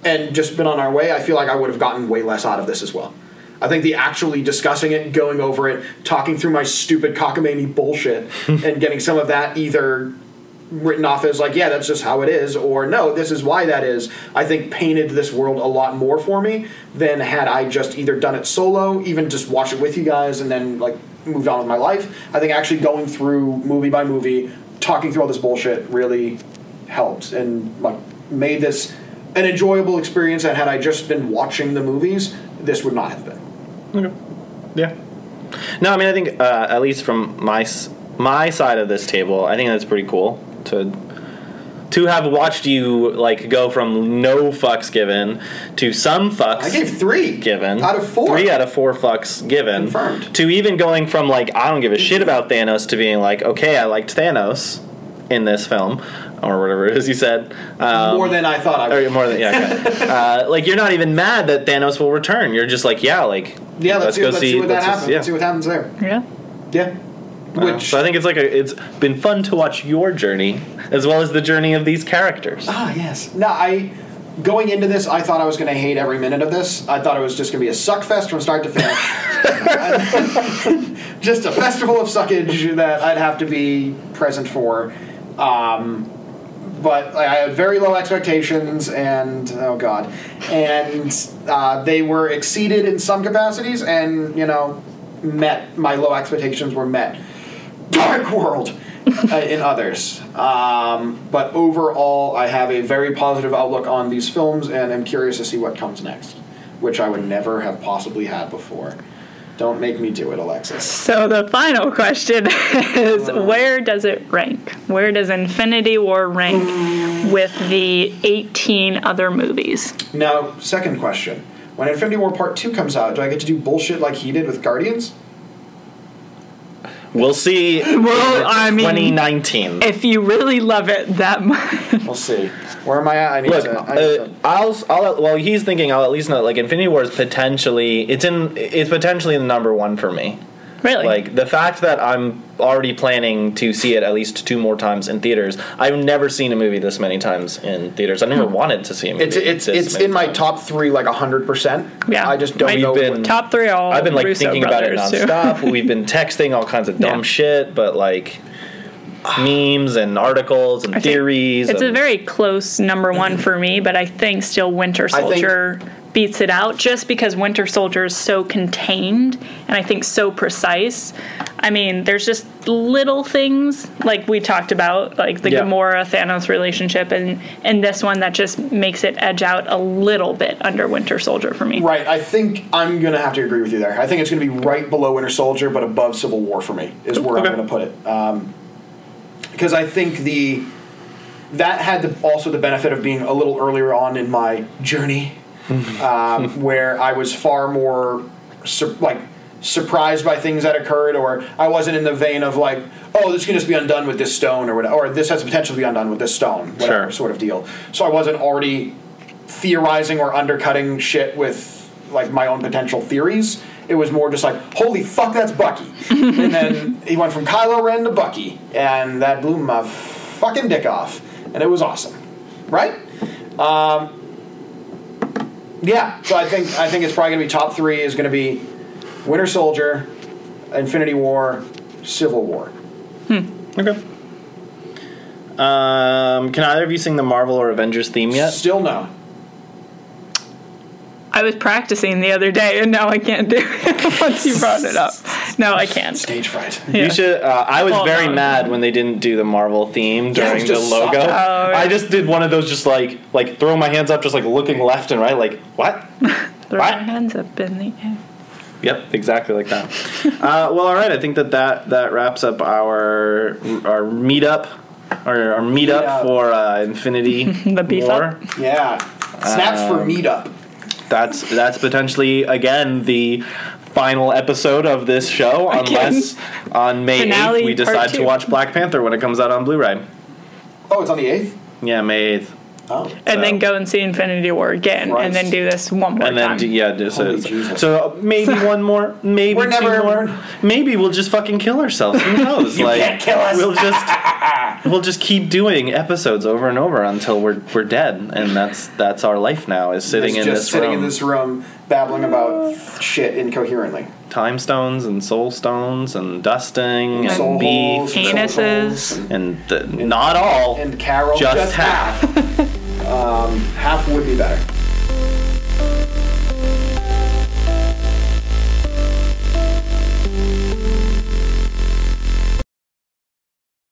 and just been on our way, I feel like I would have gotten way less out of this as well. I think the actually discussing it, going over it, talking through my stupid cockamamie bullshit, and getting some of that either written off as like, yeah, that's just how it is, or no, this is why that is, I think painted this world a lot more for me than had I just either done it solo, even just watched it with you guys, and then like moved on with my life. I think actually going through movie by movie, talking through all this bullshit really helped and like made this an enjoyable experience that had I just been watching the movies, this would not have been. Yeah. No, I mean, I think uh, at least from my s- my side of this table, I think that's pretty cool to to have watched you like go from no fucks given to some fucks. I gave three given out of four. three out of four fucks given Confirmed. to even going from like i don't give a shit about thanos to being like okay i liked thanos in this film or whatever it is you said um, more than I thought I would. or more than yeah okay. uh, like you're not even mad that thanos will return you're just like yeah like Yeah, let's, see, go let's see, what that happens. Let's see yeah what happens there. Yeah. Yeah. Uh, Which so i think it's like a, it's been fun to watch your journey as well as the journey of these characters Ah, yes. No, I going into this, I thought I was going to hate every minute of this. I thought it was just going to be a suck fest from start to finish. just a festival of suckage that I'd have to be present for. Um, but I had very low expectations, and oh god, and uh, they were exceeded in some capacities, and you know, met my low expectations were met. Dark World uh, in others. Um, but overall, I have a very positive outlook on these films and am curious to see what comes next, which I would never have possibly had before. Don't make me do it, Alexis. So the final question is where does it rank? Where does Infinity War rank with the 18 other movies? Now, second question. When Infinity War Part 2 comes out, do I get to do bullshit like he did with Guardians? we'll see Well, I mean, 2019 If you really love it that much. We'll see. Where am I at? I need Look, to. I need uh, to- I'll, I'll, well, he's thinking I'll at least know. Like, Infinity War is potentially it's in it's potentially the number one for me. Really? Like the fact that I'm already planning to see it at least two more times in theaters. I've never seen a movie this many times in theaters. I never Hmm. wanted to see a movie. It's, it's, this it's many in my times. top three, like 100%. Yeah. I just don't We've know. been- what- Top three all. I've been like Russo thinking about it brothers too. nonstop. We've been texting all kinds of dumb Yeah. shit, but like memes and articles and I think theories. It's a and- very close number one for me, but I think still Winter I think- Soldier beats it out just because Winter Soldier is so contained and I think so precise. I mean, there's just little things like we talked about, like the Yeah. Gamora Thanos relationship, and and this one that just makes it edge out a little bit under Winter Soldier for me. Right, I think I'm going to have to agree with you there. I think it's going to be right below Winter Soldier, but above Civil War for me is where Okay. I'm going to put it. Um, because I think the that had the, also the benefit of being a little earlier on in my journey, um, where I was far more sur- like surprised by things that occurred, or I wasn't in the vein of like, oh, this can just be undone with this stone, or whatever, or this has the potential to be undone with this stone, whatever Sure. sort of deal. So I wasn't already theorizing or undercutting shit with like my own potential theories. It was more just like, holy fuck, that's Bucky. and then he went from Kylo Ren to Bucky, and that blew my fucking dick off, and it was awesome, right? Um, yeah, so I think I think it's probably gonna be top three is gonna be Winter Soldier, Infinity War, Civil War. Okay. Um, can either of you sing the Marvel or Avengers theme yet? Still no. I was practicing the other day, and now I can't do it. Once you brought it up, no, I can't. Stage fright. Yeah. You should. Uh, I was Well, very no. mad when they didn't do the Marvel theme Yeah, it during was the just logo. sucked. Oh, I just did one of those, just like like throw my hands up, just like looking left and right, like what? Throw What? your hands up in the air. Yep, exactly like that. uh, well, all right. I think that, that that wraps up our our meetup, our, our meetup Meetup. for uh, Infinity The beef War. up. Yeah. Snaps for meetup. That's that's potentially again the final episode of this show, Again. unless on May Finale, eighth we part decide to two. watch Black Panther when it comes out on Blu-ray. Oh, it's on the eighth? Yeah, May eighth. Oh. and So- then go and see Infinity War again, Christ. and then do this one more and then time. do- yeah, do- so, Holy Jesus. so uh, maybe one more, maybe We're two never- more, maybe we'll just fucking kill ourselves. Who knows? like can't kill us. we'll just we'll just keep doing episodes over and over until we're we're dead, and that's that's our life now is sitting It's in just this sitting room, in this room babbling about shit incoherently. time stones and soul stones and dusting and Soul holes, beef soul Penises. holes, and th- not all, And Carol. just, half. half. um, half would be better.